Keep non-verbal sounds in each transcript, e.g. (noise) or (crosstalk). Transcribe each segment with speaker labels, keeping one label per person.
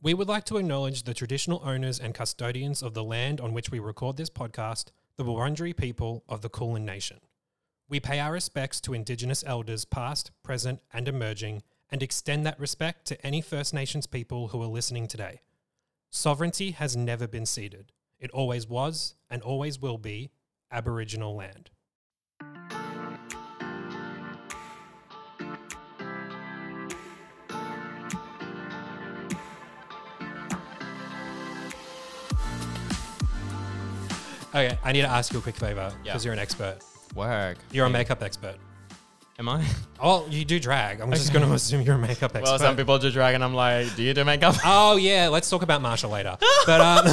Speaker 1: We would like to acknowledge the traditional owners and custodians of the land on which we record this podcast, the Wurundjeri people of the Kulin Nation. We pay our respects to Indigenous elders past, present, and emerging, and extend that respect to any First Nations people who are listening today. Sovereignty has never been ceded. It always was and always will be Aboriginal land. Okay, I need to ask you a quick favor
Speaker 2: Yeah.
Speaker 1: because you're an expert.
Speaker 2: Work.
Speaker 1: You're a makeup expert.
Speaker 2: Am I? (laughs)
Speaker 1: Oh, you do drag. I'm just going to assume you're a makeup expert.
Speaker 2: Well, some people do drag, and I'm like, do you do makeup? (laughs)
Speaker 1: Oh yeah, let's talk about Marsha later. But um, (laughs)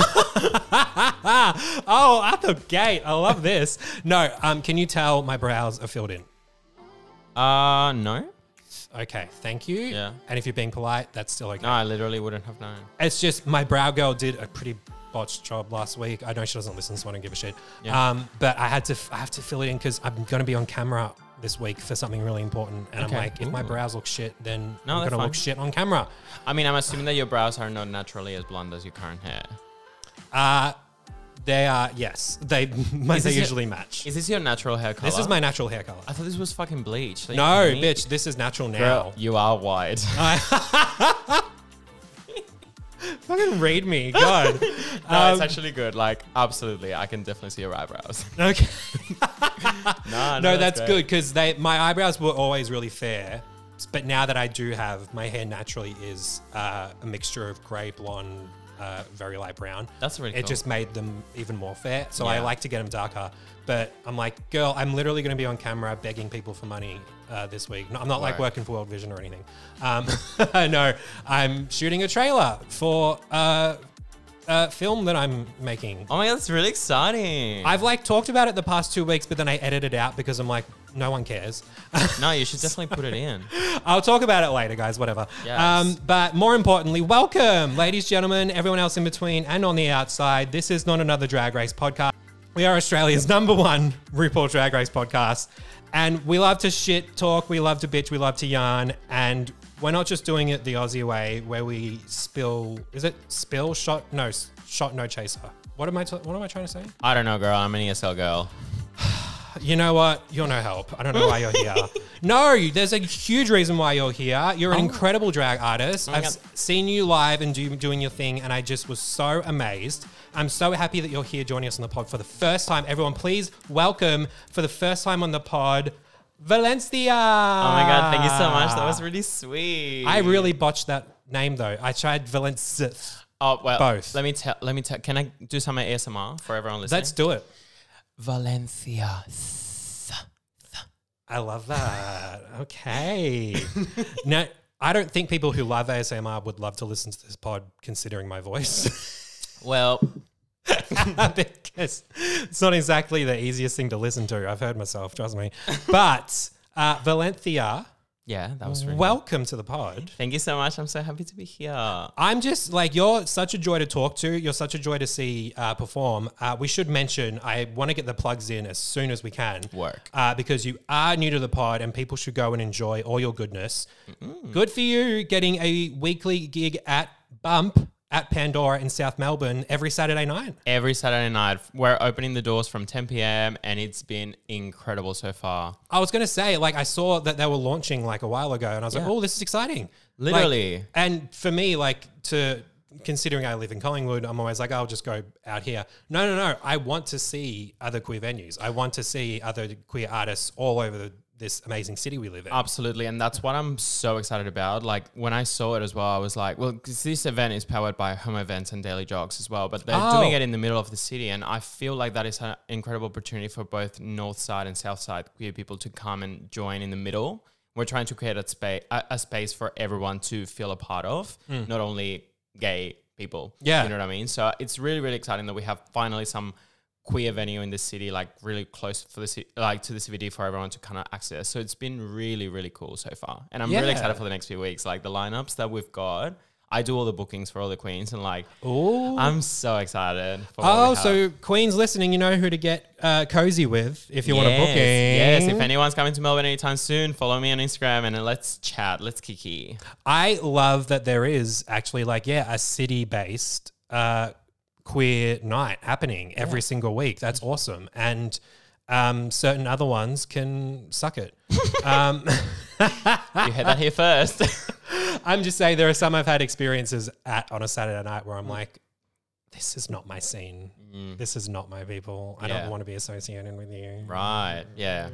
Speaker 1: oh, out the gate, I love this. No, um, can you tell my brows are filled in?
Speaker 2: uh, no.
Speaker 1: Okay, thank you.
Speaker 2: Yeah.
Speaker 1: And if you're being polite, that's still okay.
Speaker 2: No, I literally wouldn't have known.
Speaker 1: It's just my brow girl did a pretty botched job last week. I know she doesn't listen, so I don't give a shit.
Speaker 2: Yeah.
Speaker 1: Um, but I had to, f- I have to fill it in because I'm going to be on camera this week for something really important. And
Speaker 2: Okay.
Speaker 1: I'm like, if my
Speaker 2: Ooh.
Speaker 1: brows look shit, then
Speaker 2: No,
Speaker 1: I'm
Speaker 2: that's
Speaker 1: going to look
Speaker 2: fine.
Speaker 1: shit on camera.
Speaker 2: I mean, I'm assuming that your brows are not naturally as blonde as your current hair.
Speaker 1: Uh, they are yes, they (laughs)
Speaker 2: Is
Speaker 1: they
Speaker 2: this your-
Speaker 1: usually match.
Speaker 2: Is this your natural hair color?
Speaker 1: This is my natural hair color.
Speaker 2: I thought this was fucking bleach. Like,
Speaker 1: No,
Speaker 2: me-
Speaker 1: bitch, this is natural now.
Speaker 2: Girl, you are white. (laughs)
Speaker 1: Fucking read me, (laughs) God.
Speaker 2: no, it's actually good. Like, absolutely, I can definitely see your eyebrows. (laughs)
Speaker 1: okay.
Speaker 2: no,
Speaker 1: No, that's,
Speaker 2: great.
Speaker 1: good because they my eyebrows were always really fair, but now that I do have my hair naturally is uh, a mixture of grey, blonde, uh, very light brown.
Speaker 2: That's really
Speaker 1: It
Speaker 2: cool.
Speaker 1: just made them even more fair, so I
Speaker 2: Yeah.
Speaker 1: like to get them darker. But I'm like, girl, I'm literally going to be on camera begging people for money uh, this week. No, I'm not like
Speaker 2: Right.
Speaker 1: working for World Vision or anything. Um, (laughs) no, I'm shooting a trailer for uh, a film that I'm making.
Speaker 2: Oh my god, that's really exciting.
Speaker 1: I've like talked about it the past two weeks, but then I edited it out because I'm like, no one cares. (laughs)
Speaker 2: no, you should definitely put it (laughs) in.
Speaker 1: I'll talk about it later, guys, whatever.
Speaker 2: Yes.
Speaker 1: Um, but more importantly, welcome, ladies, gentlemen, everyone else in between and on the outside. This is not another drag race podcast. We are Australia's number one RuPaul drag race podcast. And we love to shit talk, we love to bitch, we love to yarn. And we're not just doing it the Aussie way where we spill, is it spill, shot, no, s- shot, no chaser. What am I, t- what am I trying to say?
Speaker 2: I don't know, girl. I'm an ESL girl.
Speaker 1: You know what? You're no help. I don't know why you're
Speaker 2: (laughs)
Speaker 1: here. no, there's a huge reason why you're here. You're an incredible drag artist.
Speaker 2: Oh. my
Speaker 1: I've
Speaker 2: God.
Speaker 1: s- seen you live and do, doing your thing, and I just was so amazed. I'm so happy that you're here joining us on the pod for the first time. Everyone, please welcome for the first time on the pod, Valencia.
Speaker 2: Oh my god, thank you so much. That was really sweet.
Speaker 1: I really botched that name though. I tried Valencia.
Speaker 2: Oh well,
Speaker 1: Both.
Speaker 2: Let me tell. Let me tell. Can I do some ASMR for everyone listening?
Speaker 1: Let's do it.
Speaker 2: Valencia.
Speaker 1: I love that. Okay. now, I don't think people who love ASMR would love to listen to this pod considering my voice (laughs)
Speaker 2: Well,
Speaker 1: because it's not exactly the easiest thing to listen to. I've heard myself, trust me. But uh, Valencia,
Speaker 2: yeah, that was really.
Speaker 1: welcome to the pod.
Speaker 2: thank you so much. I'm so happy to be here.
Speaker 1: I'm just like, you're such a joy to talk to. You're such a joy to see uh, perform. Uh, we should mention, I want to get the plugs in as soon as we can.
Speaker 2: Work.
Speaker 1: Uh, because you are new to the pod and people should go and enjoy all your goodness. Good for you getting a weekly gig at Bump at Pandora in South Melbourne every Saturday night.
Speaker 2: Every Saturday night, we're opening the doors from 10 p.m. and it's been incredible so far.
Speaker 1: I was going to say, like, I saw that they were launching like a while ago and I was like,
Speaker 2: Yeah.
Speaker 1: oh, this is exciting. Like,
Speaker 2: Literally.
Speaker 1: and for me, like, to considering I live in Collingwood, I'm always like, I'll just go out here. No, no, no. I want to see other queer venues. I want to see other queer artists all over the, this amazing city we
Speaker 2: Oh,
Speaker 1: live in.
Speaker 2: Absolutely, and that's what I'm so excited about. Like when I saw it as well, I was like, "Well, 'cause this event is powered by Home Events and Daily Jogs as well, but they're
Speaker 1: Oh.
Speaker 2: doing it in the middle of the city, and I feel like that is an incredible opportunity for both North Side and South Side queer people to come and join in the middle. We're trying to create a space, a, a space for everyone to feel a part of, not only gay people.
Speaker 1: Yeah.
Speaker 2: you know what I mean. So it's really, really exciting that we have finally some queer venue in the city, like really close for the ci- like to the CBD for everyone to kind of access. So it's been really, really cool so far, and I'm
Speaker 1: Yeah.
Speaker 2: really excited for the next few weeks. Like the lineups that we've got I do all the bookings for all the queens, and like
Speaker 1: Ooh.
Speaker 2: I'm so excited. For what
Speaker 1: Oh,
Speaker 2: we have.
Speaker 1: so Queen's listening, you know who to get uh, cozy with if you want a
Speaker 2: Yes,
Speaker 1: booking.
Speaker 2: Yes, if anyone's coming to Melbourne anytime soon, follow me on Instagram and then let's chat. Let's kiki.
Speaker 1: I love that there is actually like yeah a city based uh, queer night happening every single week.
Speaker 2: Mm-hmm.
Speaker 1: That's awesome, and um, certain other ones can suck
Speaker 2: (laughs)
Speaker 1: it. um, (laughs) Ah,
Speaker 2: You heard that here first. (laughs)
Speaker 1: I'm just saying there are some I've had experiences at on a Saturday night where I'm
Speaker 2: Mm.
Speaker 1: like, this is not my scene. This is not my people. I
Speaker 2: Yeah.
Speaker 1: don't want to be associated with you.
Speaker 2: right. Yeah.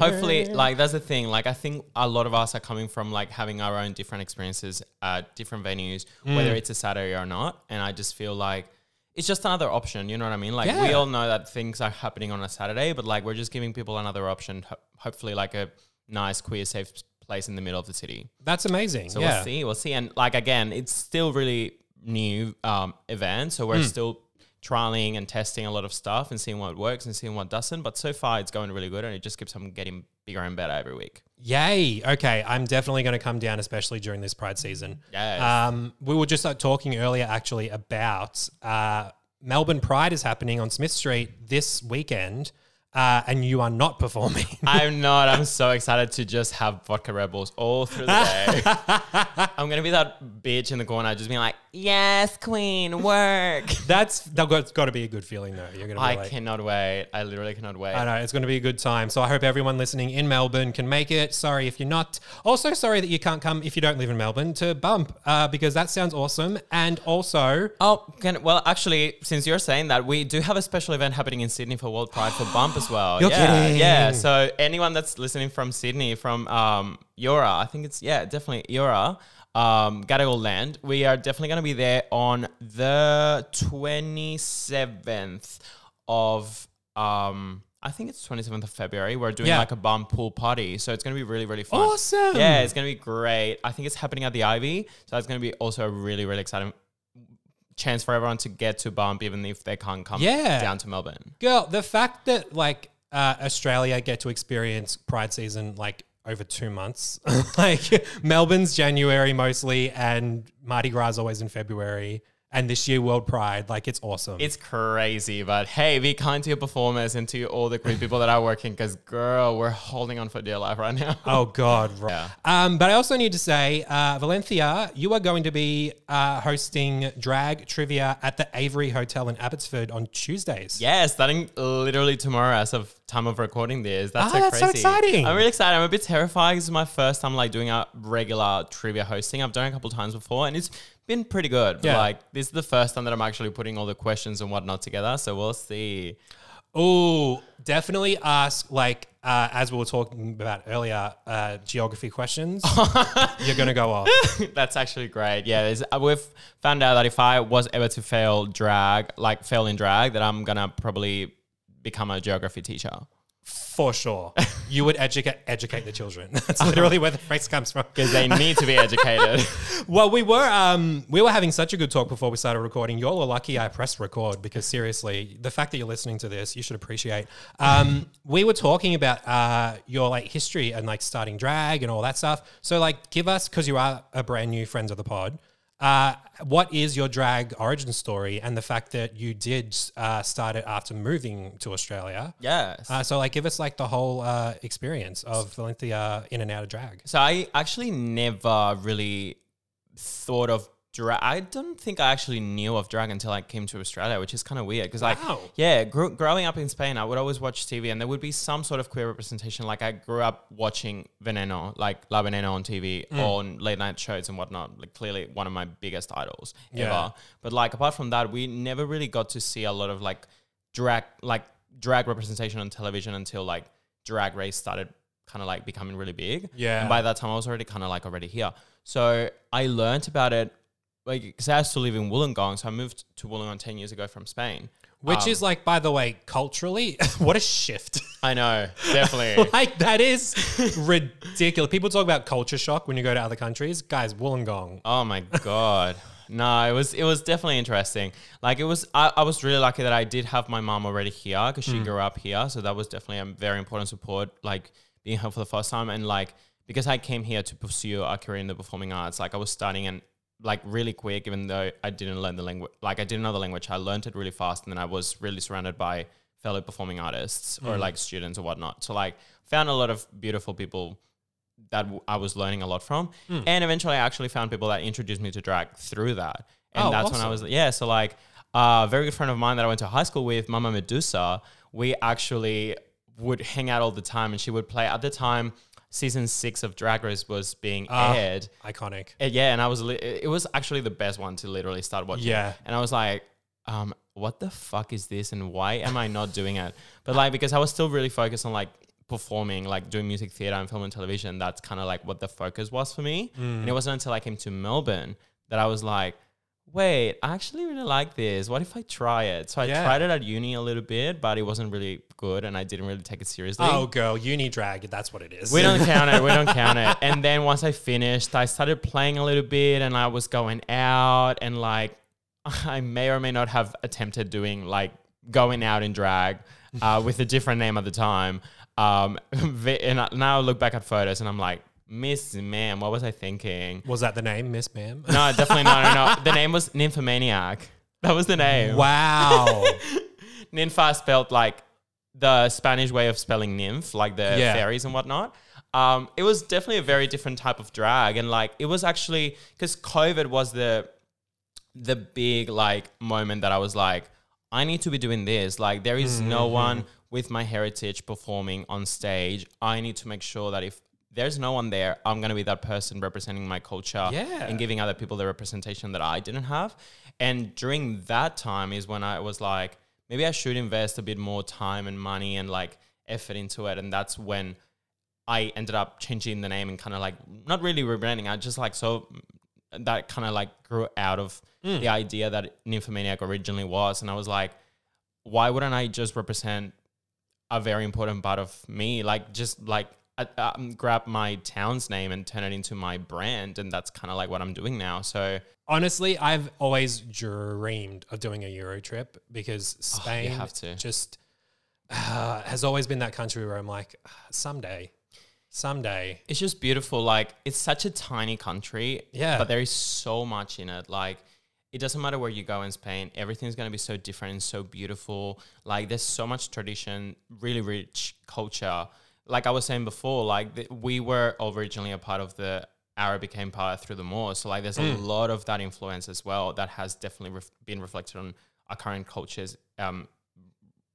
Speaker 2: Hopefully, like that's the thing. Like I think a lot of us are coming from like having our own different experiences at different venues, whether it's a Saturday or not. And I just feel like it's just another option. You know what I mean? Like we
Speaker 1: Yeah.
Speaker 2: all know that things are happening on a Saturday, but like we're just giving people another option. Ho- hopefully, like a nice queer safe place in the middle of the city.
Speaker 1: That's amazing.
Speaker 2: So
Speaker 1: yeah.
Speaker 2: we'll see, we'll see. And like again, it's still really new um, event, so
Speaker 1: Hmm.
Speaker 2: we're still trialing and testing a lot of stuff and seeing what works and seeing what doesn't. But so far, it's going really good, and it just keeps on getting bigger and better every
Speaker 1: (laughs)
Speaker 2: week.
Speaker 1: Yay. Okay. I'm definitely going to come down, especially during this Pride season.
Speaker 2: Yes.
Speaker 1: Um, we were just like talking earlier, actually, about uh, Melbourne Pride is happening on Smith Street this weekend, uh, and you are not performing. (laughs)
Speaker 2: I'm not. I'm so excited to just have vodka rebels all through the
Speaker 1: (laughs)
Speaker 2: day. I'm gonna be that bitch in the corner, just being like, "Yes, queen, work."
Speaker 1: (laughs) That's that's got to be a good feeling, though. You're going to be
Speaker 2: I
Speaker 1: like,
Speaker 2: cannot wait. I literally cannot wait.
Speaker 1: I know it's going to be a good time. So I hope everyone listening in Melbourne can make it. Sorry if you're not. Also, sorry that you can't come if you don't live in Melbourne to Bump, uh, because that sounds awesome. And also,
Speaker 2: Oh, can, well, actually, since you're saying that, we do have a special event happening in Sydney for World
Speaker 1: (gasps)
Speaker 2: Pride for Bump as well.
Speaker 1: You're
Speaker 2: yeah,
Speaker 1: kidding.
Speaker 2: Yeah. So anyone that's listening from Sydney, from um, Yora, I think it's yeah, definitely Yora, um, Gadigal land. We are definitely going to be there on the 27th of um. I think it's 27th of February. We're doing
Speaker 1: Yeah.
Speaker 2: like a bump pool party. So it's going to be really, really fun.
Speaker 1: Awesome.
Speaker 2: Yeah, it's going to be great. I think it's happening at the Ivy. So it's going to be also a really, really exciting chance for everyone to get to Bump, even if they can't come
Speaker 1: Yeah.
Speaker 2: down to Melbourne.
Speaker 1: girl, the fact that like uh, Australia get to experience Pride season like over two months, (laughs) like Melbourne's January mostly, and Mardi Gras is always in February, and this year World Pride, like it's awesome.
Speaker 2: It's crazy, but hey, be kind to your performers and to all the great people that are working because, girl, we're holding on for dear life right now. (laughs)
Speaker 1: Oh God! right.
Speaker 2: Yeah.
Speaker 1: Um, but I also need to say, uh, Valencia, you are going to be uh, hosting drag trivia at the Avery Hotel in Abbotsford on Tuesdays.
Speaker 2: Yeah, starting literally tomorrow as of time of recording this.
Speaker 1: Ah,
Speaker 2: That's so
Speaker 1: that's
Speaker 2: crazy.
Speaker 1: so exciting.
Speaker 2: I'm really excited. I'm a bit terrified. This is my first time like doing a regular trivia hosting. I've done it a couple times before and it's been pretty good. But,
Speaker 1: Yeah.
Speaker 2: Like this is the first time that I'm actually putting all the questions and whatnot together. So we'll see. (laughs)
Speaker 1: Oh, definitely ask like uh, as we were talking about earlier, uh, geography questions. You're gonna go off.
Speaker 2: That's actually great. Yeah, there's- uh, we've found out that if I was ever to fail drag, like fail in drag, that I'm gonna probably become a geography teacher.
Speaker 1: For sure. You would educate educate the children. (laughs) That's literally where the phrase comes from.
Speaker 2: Because they
Speaker 1: (laughs)
Speaker 2: need to be educated.
Speaker 1: Well, we were um, we were having such a good talk before we started recording. Y'all are lucky I pressed record because seriously, the fact that you're listening to this, you should appreciate. Um, we were talking about uh, your like history and like starting drag and all that stuff. So like, give us because you are a brand new friends of the pod. Uh, what is your drag origin story and the fact that you did uh, start it after moving to Australia?
Speaker 2: yes.
Speaker 1: Uh, so like, give us like the whole uh, experience of Valencia in and out of drag.
Speaker 2: So I actually never really thought of drag. I don't think I actually knew of drag until I came to Australia, which is kind of weird because, like,
Speaker 1: Wow.
Speaker 2: yeah, gr- growing up in Spain, I would always watch TV and there would be some sort of queer representation. Like, I grew up watching Veneno, like La Veneno on TV,
Speaker 1: Mm.
Speaker 2: on late night shows and whatnot. Like, clearly one of my biggest idols
Speaker 1: Yeah.
Speaker 2: ever. But like, apart from that, we never really got to see a lot of like drag, like drag representation on television until like Drag Race started kind of like becoming really big.
Speaker 1: Yeah.
Speaker 2: And by that time, I was already kind of like already here. So I learned about it, like, because I used to live in Wollongong. So I moved to Wollongong 10 years ago from Spain.
Speaker 1: Which
Speaker 2: Um,
Speaker 1: is like, by the way, culturally, (laughs) what a shift. (laughs)
Speaker 2: I know, definitely.
Speaker 1: like that is ridiculous. People talk about culture shock when you go to other countries. Guys, Wollongong.
Speaker 2: oh my God. No, it was it was definitely interesting. Like it was, I, I was really lucky that I did have my mom already here because she grew up here, so that was definitely a very important support. Like being here for the first time, and like because I came here to pursue a career in the performing arts, like I was studying an like really quick, even though I didn't learn the language. Like I didn't know the language. I learned it really fast, and then I was really surrounded by fellow performing artists or like students or whatnot. So like found a lot of beautiful people that w- I was learning a lot from,
Speaker 1: Hmm.
Speaker 2: and eventually I actually found people that introduced me to drag through that. And
Speaker 1: Oh,
Speaker 2: that's when I
Speaker 1: awesome.
Speaker 2: was yeah. So like a very good friend of mine that I went to high school with, Mama Medusa. We actually would hang out all the time, and she would play. At the time, season six of Drag Race was being
Speaker 1: Ah.
Speaker 2: aired.
Speaker 1: Iconic.
Speaker 2: Uh, yeah, and I was li- it it was actually the best one to literally start watching.
Speaker 1: Yeah.
Speaker 2: and I was like, um, what the fuck is this, and why am I not doing it? But like because I was still really focused on like performing, like doing music theater and film and television. That's kind of like what the focus was for me.
Speaker 1: Mm.
Speaker 2: And it wasn't until I came to Melbourne that I was like. Wait, I actually really like this. What if I try it? So I
Speaker 1: Yeah.
Speaker 2: tried it at uni a little bit, but it wasn't really good and I didn't really take it seriously.
Speaker 1: Oh, girl, uni drag. That's what it is.
Speaker 2: We
Speaker 1: (laughs)
Speaker 2: don't count it. We don't count it. And then once I finished, I started playing a little bit and I was going out and like (laughs) I may or may not have attempted doing like going out in drag uh, with a different name at the time. Um, (laughs) vi- and I, now I look back at photos and I'm like, Miss Ma'am, what was I
Speaker 1: (laughs)
Speaker 2: thinking?
Speaker 1: Was that the name, Miss Ma'am?
Speaker 2: No, definitely not. No, no. The name was Nymphomaniac. That was the name. (laughs)
Speaker 1: Wow.
Speaker 2: Ninfa spelled like the Spanish way of spelling nymph, like the
Speaker 1: Yeah.
Speaker 2: fairies and whatnot. Um, it was definitely a very different type of drag, and like it was actually because COVID was the the big like moment that I was like, I need to be doing this. Like there is no one with my heritage performing on stage. I need to make sure that if there's no one there, I'm gonna be that person representing my culture
Speaker 1: Yeah.
Speaker 2: and giving other people the representation that I didn't have. And during that time is when I was like, maybe I should invest a bit more time and money and like effort into it. And that's when I ended up changing the name and kind of like not really rebranding. I just like so that kind of like grew out of the idea that Nymphomaniac originally was, and I was like, why wouldn't I just represent a very important part of me? Like just like uh, um, grab my town's name and turn it into my brand, and that's kind of like what I'm doing now. So
Speaker 1: Honestly, I've always dreamed of doing a Euro trip because Spain
Speaker 2: Oh, have to.
Speaker 1: just uh, has always been that country where I'm like, "Ah, someday, someday.
Speaker 2: it's just beautiful. Like it's such a tiny country,
Speaker 1: Yeah.
Speaker 2: but there is so much in it. Like it doesn't matter where you go in Spain, everything's gonna be so different and so beautiful. Like there's so much tradition, really rich culture. Like I was saying before, like th- we were originally a part of the Arabic Empire through the Moors, so like there's
Speaker 1: Mm.
Speaker 2: a lot of that influence as well that has definitely ref- been reflected on our current cultures um,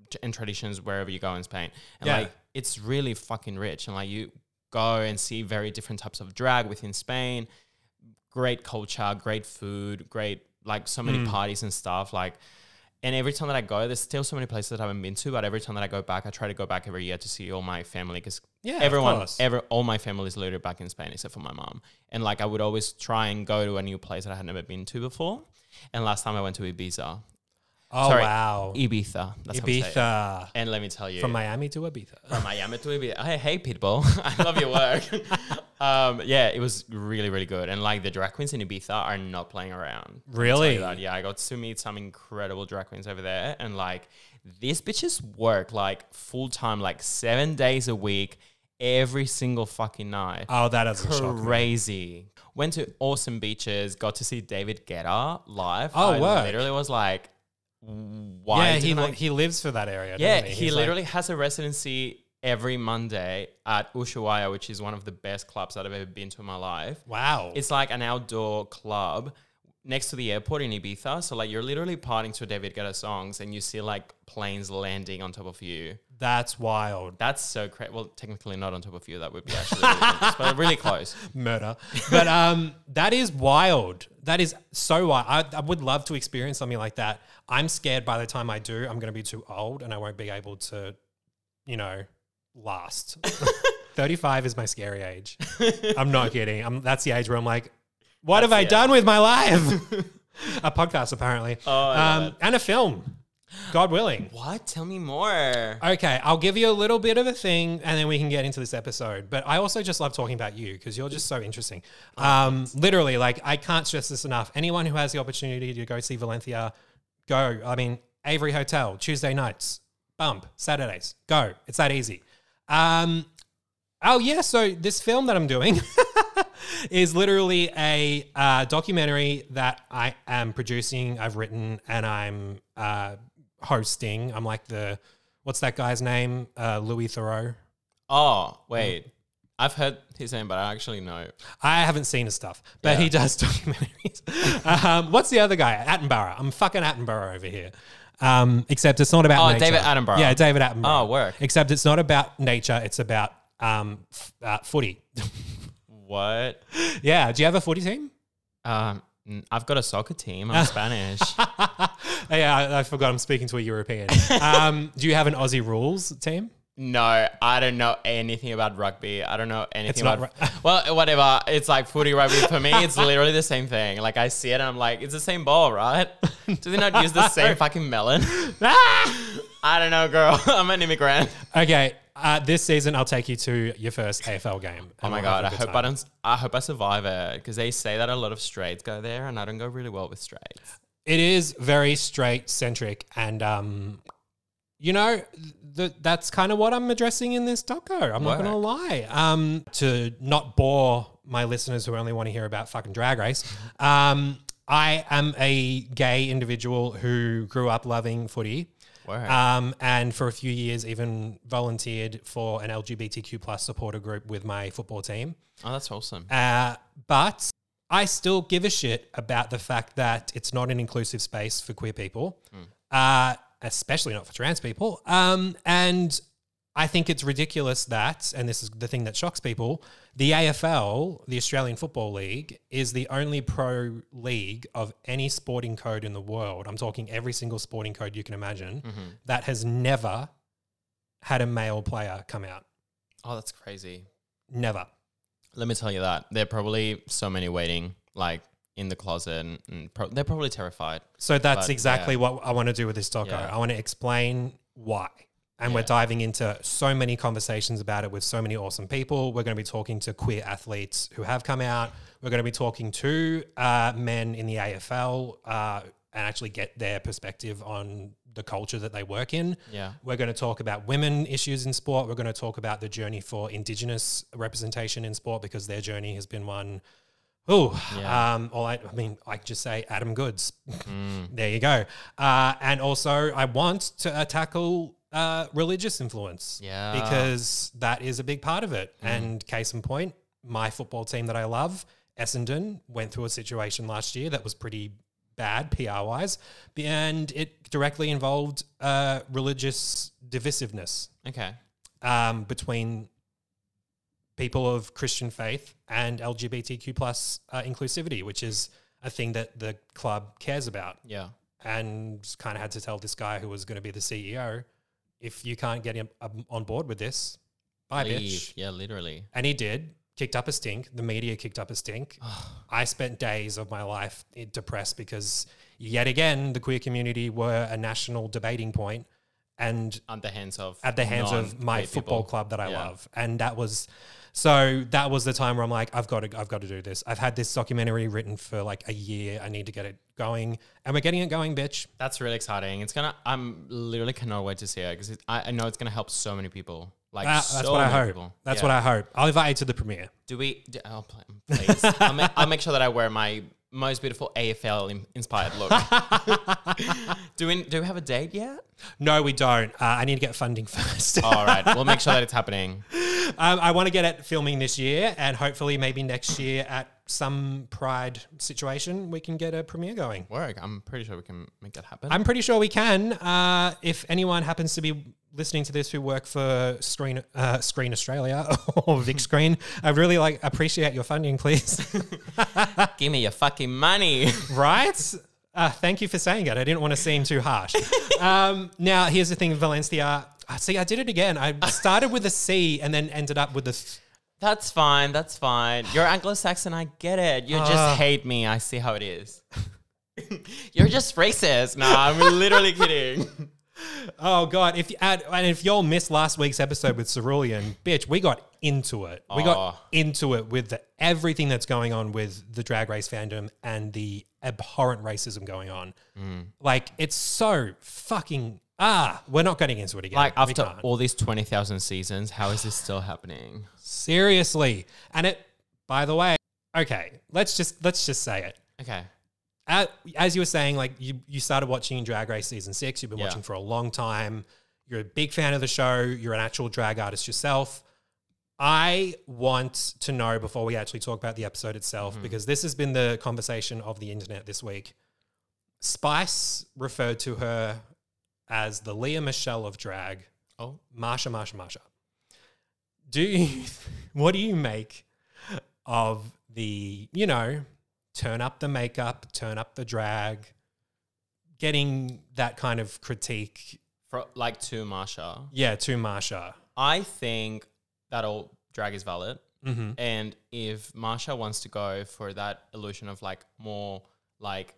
Speaker 2: t- and traditions wherever you go in Spain. And
Speaker 1: Yeah.
Speaker 2: like it's really fucking rich. And like you go and see very different types of drag within Spain. Great culture, great food, great like so
Speaker 1: Hmm.
Speaker 2: many parties and stuff. Like and every time that I go, there's still so many places that I haven't been to, but every time that I go back, I try to go back every year to see all my family because
Speaker 1: Yeah, of
Speaker 2: everyone,
Speaker 1: course.
Speaker 2: every, all my family is literally back in Spain except for my mom. And like I would always try and go to a new place that I had never been to before. And last time I went to Ibiza.
Speaker 1: Oh,
Speaker 2: Sorry,
Speaker 1: wow.
Speaker 2: Ibiza. That's how we say it.
Speaker 1: Ibiza.
Speaker 2: And let me tell you,
Speaker 1: From Miami to Ibiza.
Speaker 2: from Miami to Ibiza. Hey, hey, Pitbull, (laughs) I love your
Speaker 1: (laughs)
Speaker 2: work. um, yeah, it was really, really good. And like the drag queens in Ibiza are not playing around.
Speaker 1: Really?
Speaker 2: But yeah, I got to meet some incredible drag queens over there, and like these bitches work like full time, like seven days a week, every single fucking night.
Speaker 1: Oh, that doesn't shock me.
Speaker 2: Crazy. Went to awesome beaches. Got to see David Guetta live.
Speaker 1: Oh,
Speaker 2: I
Speaker 1: work.
Speaker 2: literally was like, why?
Speaker 1: Yeah, he,
Speaker 2: didn't I
Speaker 1: li- he lives for that area.
Speaker 2: (laughs) yeah,
Speaker 1: doesn't
Speaker 2: he
Speaker 1: He's like-
Speaker 2: literally has a residency every Monday at Ushuaia, which is one of the best clubs that I've ever been to in my life.
Speaker 1: wow.
Speaker 2: It's like an outdoor club next to the airport in Ibiza. So like you're literally partying to David Guetta songs and you see like planes landing on top of you.
Speaker 1: That's wild.
Speaker 2: That's so crazy. Well, technically not on top of you. That would be actually (laughs) really dangerous, but really close.
Speaker 1: murder. But um, that is wild. That is so wild. I, I would love to experience something like that. I'm scared by the time I do, I'm going to be too old and I won't be able to, you know,
Speaker 2: (laughs)
Speaker 1: last. 35 is my scary age. I'm not kidding. I'm, that's the age where I'm like, what have I done with my
Speaker 2: (laughs)
Speaker 1: life? a podcast, apparently.
Speaker 2: Oh, I love
Speaker 1: um, and a film, God willing.
Speaker 2: What? Tell me more.
Speaker 1: Okay, I'll give you a little bit of a thing and then we can get into this episode. But I also just love talking about you because you're just so interesting. Um, literally, like, I can't stress this enough. Anyone who has the opportunity to go see Valencia, go. I mean, Avery Hotel, Tuesday nights, bump, Saturdays, go. It's that easy. Um, Oh yeah, so this film that I'm doing (laughs) is literally a uh, documentary that I am producing, I've written, and I'm uh, hosting. I'm like the what's that guy's name? Uh, Louis Thoreau.
Speaker 2: Oh, wait. I've heard his name, but I actually know. (laughs)
Speaker 1: I haven't seen his stuff, but he does documentaries. um, what's the other guy? Attenborough. I'm fucking Attenborough over here. Um, except it's not about
Speaker 2: Oh,
Speaker 1: nature.
Speaker 2: David Attenborough.
Speaker 1: Yeah, David Attenborough.
Speaker 2: Oh, work.
Speaker 1: Except it's not about nature. It's about um, f- uh, footy. (laughs)
Speaker 2: What?
Speaker 1: yeah. Do you have a footy team?
Speaker 2: Um, n- I've got a soccer team. (laughs) I'm Spanish.
Speaker 1: (laughs) yeah, I, I forgot I'm speaking to a European. um, do you have an Aussie rules team?
Speaker 2: No, I don't know anything about rugby. I don't know anything
Speaker 1: not
Speaker 2: about. (laughs) well, whatever. It's like footy rugby. For me, it's literally the same thing. Like, I see it and I'm like, it's the same ball, right? Do they not use the same fucking melon? (laughs) I don't know, girl. (laughs) I'm an immigrant.
Speaker 1: Okay, uh, this season I'll take you to your first AFL game.
Speaker 2: Oh my god! I hope I don't. I hope I survive it because they say that a lot of straights go there, and I don't go really well with straights.
Speaker 1: It is very straight centric, and um, you know th- that's kind of what I'm addressing in this doco. I'm not
Speaker 2: Work.
Speaker 1: going to lie. Um, to not bore my listeners who only want to hear about fucking drag race. Um, I am a gay individual who grew up loving footy.
Speaker 2: Word.
Speaker 1: Um, and for a few years, even volunteered for an LGBTQ plus supporter group with my football team.
Speaker 2: oh, that's awesome.
Speaker 1: Uh, but I still give a shit about the fact that it's not an inclusive space for queer people, uh, especially not for trans people. Um, and I think it's ridiculous that, and this is the thing that shocks people, the AFL, the Australian Football League, is the only pro league of any sporting code in the world. I'm talking every single sporting code you can imagine
Speaker 2: Mm-hmm.
Speaker 1: that has never had a male player come out.
Speaker 2: Oh, that's crazy.
Speaker 1: Never.
Speaker 2: Let me tell you that there are probably so many waiting, like in the closet, and, and pro- they're probably terrified.
Speaker 1: So that's
Speaker 2: But,
Speaker 1: exactly what I want to do with this doco.
Speaker 2: Yeah.
Speaker 1: I want to explain why. And we're
Speaker 2: Yeah.
Speaker 1: diving into so many conversations about it with so many awesome people. We're going to be talking to queer athletes who have come out. We're going to be talking to uh, men in the AFL uh, and actually get their perspective on the culture that they work in.
Speaker 2: Yeah.
Speaker 1: We're going to talk about women issues in sport. We're going to talk about the journey for Indigenous representation in sport because their journey has been one. Oh,
Speaker 2: Yeah.
Speaker 1: um, all I, I mean, I could just say Adam Goods.
Speaker 2: Mm,
Speaker 1: (laughs) there you go. Uh, and also, I want to uh, tackle uh, religious influence
Speaker 2: Yeah.
Speaker 1: because that is a big part of it. And case in point, my football team that I love, Essendon, went through a situation last year that was pretty bad PR wise, and it directly involved uh, religious divisiveness
Speaker 2: Okay.
Speaker 1: um, between people of Christian faith and LGBTQ plus uh, inclusivity, which is a thing that the club cares about
Speaker 2: Yeah.
Speaker 1: and kind of had to tell this guy who was going to be the CEO, if you can't get him um, on board with this, bye, bitch.
Speaker 2: Yeah, literally.
Speaker 1: And he did. Kicked up a stink. The media kicked up a stink. I spent days of my life i- depressed because yet again the queer community were a national debating point, and
Speaker 2: At the hands of
Speaker 1: at the hands of
Speaker 2: non-gay
Speaker 1: my
Speaker 2: people.
Speaker 1: football club that I
Speaker 2: Yeah.
Speaker 1: love. And that was so that was the time where I'm like, I've got to I've got to do this. I've had this documentary written for like a year. I need to get it going. And we're getting it going, bitch.
Speaker 2: That's really exciting. It's gonna. I'm literally cannot wait to see it because I, I know it's gonna help so many people. Like
Speaker 1: That-
Speaker 2: so
Speaker 1: Ah, that's what I
Speaker 2: many
Speaker 1: hope.
Speaker 2: people.
Speaker 1: That's
Speaker 2: Yeah.
Speaker 1: what I hope. I'll invite you to the premiere.
Speaker 2: Do we? Do, oh, (laughs) pl- please. I'll, make, I'll make sure that I wear my most beautiful AFL in- inspired look. (laughs) do we? Do we have a date yet?
Speaker 1: No, we don't. Uh, I need to get funding (laughs) first.
Speaker 2: All right. We'll make sure that (laughs) it's happening.
Speaker 1: um, I want to get at filming this year, and hopefully, maybe next year at some Pride situation, we can get a premiere going.
Speaker 2: Work. I'm pretty sure we can make that happen.
Speaker 1: I'm pretty sure we can. Uh, if anyone happens to be listening to this who work for Screen uh, Screen Australia (laughs) or
Speaker 2: (laughs)
Speaker 1: Vic Screen, I really like appreciate your funding, please.
Speaker 2: Give me your fucking money. (laughs)
Speaker 1: right? Uh, thank you for saying it. I didn't want to seem too
Speaker 2: (laughs)
Speaker 1: harsh. um, now, here's the thing, Valencia. Ah, See, I did it again. I started with a C and then ended up with a. Th-
Speaker 2: That's fine. That's fine. You're Anglo-Saxon. I get it. You
Speaker 1: Ah.
Speaker 2: just hate me. I see how it is. (laughs) You're just racist. No, I'm literally kidding.
Speaker 1: (laughs) oh God! If you add, and if y'all missed last week's episode with Cerulean, bitch, we got into it. We got
Speaker 2: Aw.
Speaker 1: into it with the, everything that's going on with the drag race fandom
Speaker 2: Mm.
Speaker 1: and the abhorrent racism going on. Like it's so fucking. Ah, we're not getting into it again.
Speaker 2: Like
Speaker 1: We
Speaker 2: after
Speaker 1: can't.
Speaker 2: all these twenty thousand seasons, how is this still happening?
Speaker 1: seriously, and it. By the way, okay, let's just let's just say it.
Speaker 2: Okay.
Speaker 1: as, as you were saying, like you, you started watching Drag Race season six. You've been
Speaker 2: Yeah.
Speaker 1: watching for a long time. You're a big fan of the show. You're an actual drag artist yourself. I want to know before we actually talk about the episode itself,
Speaker 2: Mm-hmm.
Speaker 1: because this has been the conversation of the internet this week. Spice referred to her as the Leah Michelle of drag,
Speaker 2: Oh.
Speaker 1: Marsha, Marsha, Marsha. Do you, (laughs) what do you make of the, you know, turn up the makeup, turn up the drag, getting that kind of critique?
Speaker 2: For like to Marsha.
Speaker 1: Yeah, to Marsha.
Speaker 2: I think that all drag is valid.
Speaker 1: Mm-hmm.
Speaker 2: And if Marsha wants to go for that illusion of like more like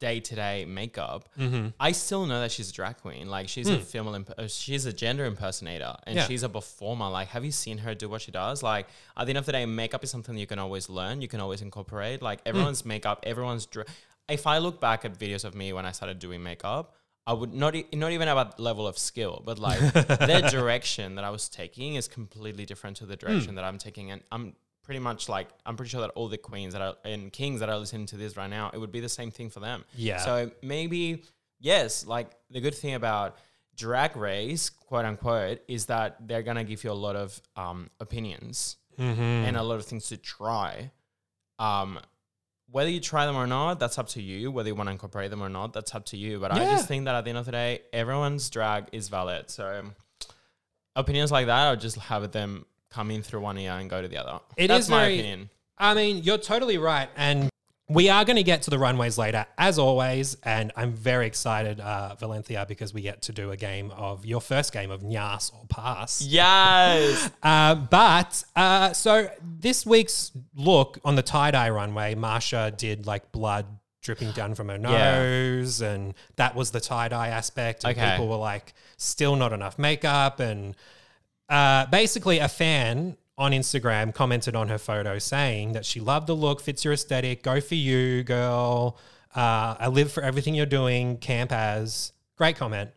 Speaker 2: day to day makeup,
Speaker 1: Mm-hmm.
Speaker 2: I still know that she's a drag queen. Like she's a female, imp- uh, she's a gender impersonator, and
Speaker 1: Yeah.
Speaker 2: she's a performer. Like, have you seen her do what she does? Like at the end of the day, makeup is something you can always learn. You can always incorporate. Like everyone's makeup, everyone's. Dra- if I look back at videos of me when I started doing makeup, I would not e- not even about level of skill, but like the direction that I was taking is completely different to the direction that I'm taking, and I'm pretty much like I'm pretty sure that all the queens that are and kings that are listening to this right now, it would be the same thing for them.
Speaker 1: Yeah.
Speaker 2: So maybe yes, like the good thing about drag race, quote unquote, is that they're gonna give you a lot of um, opinions
Speaker 1: Mm-hmm.
Speaker 2: and a lot of things to try. Um, whether you try them or not, that's up to you. Whether you want to incorporate them or not, that's up to you. But I
Speaker 1: Yeah.
Speaker 2: just think that at the end of the day, everyone's drag is valid. So opinions like that, I'll just have them come in through one ear and go to the other.
Speaker 1: It
Speaker 2: that's
Speaker 1: is
Speaker 2: my
Speaker 1: very-
Speaker 2: opinion.
Speaker 1: I mean, you're totally right. And we are going to get to the runways later, as always. And I'm very excited, uh, Valencia, because we get to do a game of your first game of Nyas or Pass.
Speaker 2: Yes.
Speaker 1: Uh, but uh, so this week's look on the tie dye runway, Marsha did like blood dripping down from her
Speaker 2: Yeah.
Speaker 1: nose, and that was the tie dye aspect. And
Speaker 2: Okay.
Speaker 1: people were like, still not enough makeup. And uh, basically, a fan on Instagram commented on her photo saying that she loved the look, fits your aesthetic, go for you, girl. Uh, I live for everything you're doing, camp as. Great comment.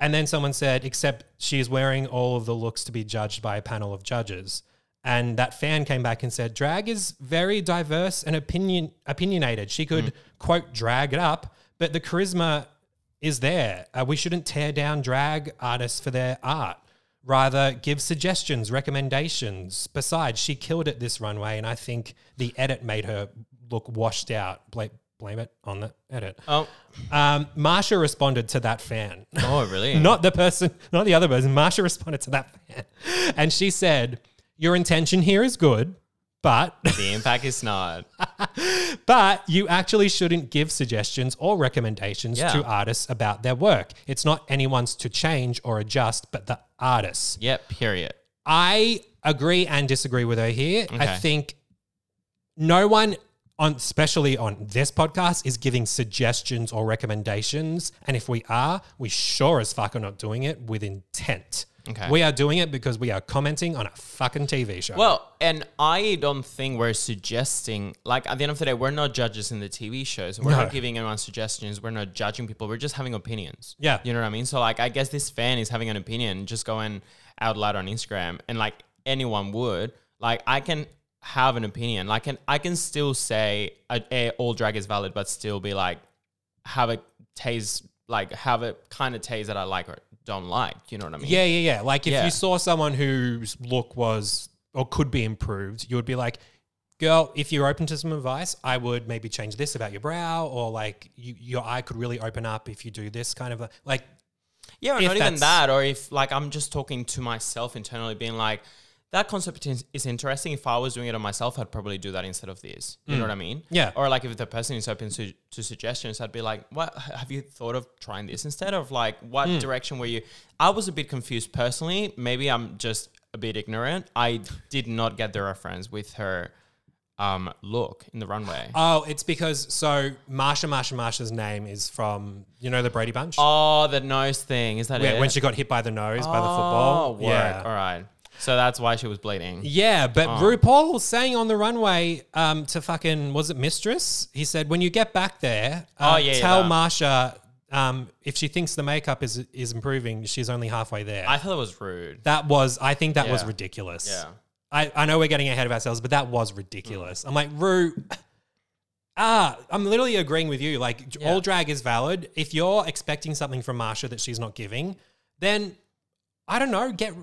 Speaker 1: And then someone said, except she is wearing all of the looks to be judged by a panel of judges. And that fan came back and said, drag is very diverse and opinion opinionated. She could quote drag it up, but the charisma is there. Uh, we shouldn't tear down drag artists for their art. Rather, give suggestions, recommendations. Besides, she killed it this runway, and I think the edit made her look washed out. Blame, blame it on the edit.
Speaker 2: (laughs) Oh,
Speaker 1: Um, Marsha responded to that fan. (laughs)
Speaker 2: oh, really?
Speaker 1: Not the person, not the other person. Marsha responded to that fan. And she said, Your intention here is good, but (laughs)
Speaker 2: The impact is not.
Speaker 1: but you actually shouldn't give suggestions or recommendations
Speaker 2: Yeah.
Speaker 1: to artists about their work. It's not anyone's to change or adjust, but the artists.
Speaker 2: Yep. Period.
Speaker 1: I agree and disagree with her here. I
Speaker 2: Okay.
Speaker 1: think no one on especially on this podcast is giving suggestions or recommendations. And if we are, we sure as fuck are not doing it with intent.
Speaker 2: Okay.
Speaker 1: We are doing it because we are commenting on a fucking TV show.
Speaker 2: Well, and I don't think we're suggesting, like, at the end of the day, we're not judges in the TV shows. We're
Speaker 1: No.
Speaker 2: not giving anyone suggestions. We're not judging people. We're just having opinions.
Speaker 1: Yeah.
Speaker 2: You know what I mean? So, like, I guess this fan is having an opinion, just going out loud on Instagram, and like anyone would. Like, I can have an opinion. Like, and I can still say uh, eh, all drag is valid, but still be like, have a taste, like, have a kind of taste that I like or don't like. You know what I mean?
Speaker 1: yeah, yeah, yeah. Like if
Speaker 2: Yeah.
Speaker 1: you saw someone whose look was or could be improved, you would be like, girl, if you're open to some advice, I would maybe change this about your brow or like you, your eye could really open up if you do this kind of like
Speaker 2: Yeah, or
Speaker 1: if
Speaker 2: not even
Speaker 1: that's-
Speaker 2: that, or if like I'm just talking to myself internally, being like, that concept is, is interesting. If I was doing it on myself, I'd probably do that instead of this. You know what I mean?
Speaker 1: Mm. Yeah.
Speaker 2: Or like if the person is open to, to suggestions, I'd be like, what have you thought of trying this instead of like what
Speaker 1: Mm.
Speaker 2: direction were you? I was a bit confused personally. Maybe I'm just a bit ignorant. I did not get the reference with her um, look in the runway.
Speaker 1: Oh, it's because so Marsha Marsha Marsha's name is from you know the Brady Bunch
Speaker 2: oh, the nose thing. Is that
Speaker 1: Where-
Speaker 2: it?
Speaker 1: when she got hit by the nose by the
Speaker 2: oh,
Speaker 1: football.
Speaker 2: work.
Speaker 1: Yeah.
Speaker 2: All right. Oh. So that's why she was bleeding.
Speaker 1: Yeah, but RuPaul was saying on the runway um, to fucking was it Mistress? He said, "When you get back there, uh,
Speaker 2: Oh, yeah, yeah,
Speaker 1: tell
Speaker 2: that.
Speaker 1: Marsha um, if she thinks the makeup is is improving, she's only halfway there.
Speaker 2: I thought it was rude.
Speaker 1: that was, I think, that was
Speaker 2: Yeah.
Speaker 1: ridiculous.
Speaker 2: Yeah.
Speaker 1: I, I know we're getting ahead of ourselves, but that was ridiculous. I'm like, Rue, ah, I'm literally agreeing with you. Like, d- all
Speaker 2: Yeah.
Speaker 1: drag is valid. If you're expecting something from Marsha that she's not giving, then I don't know, get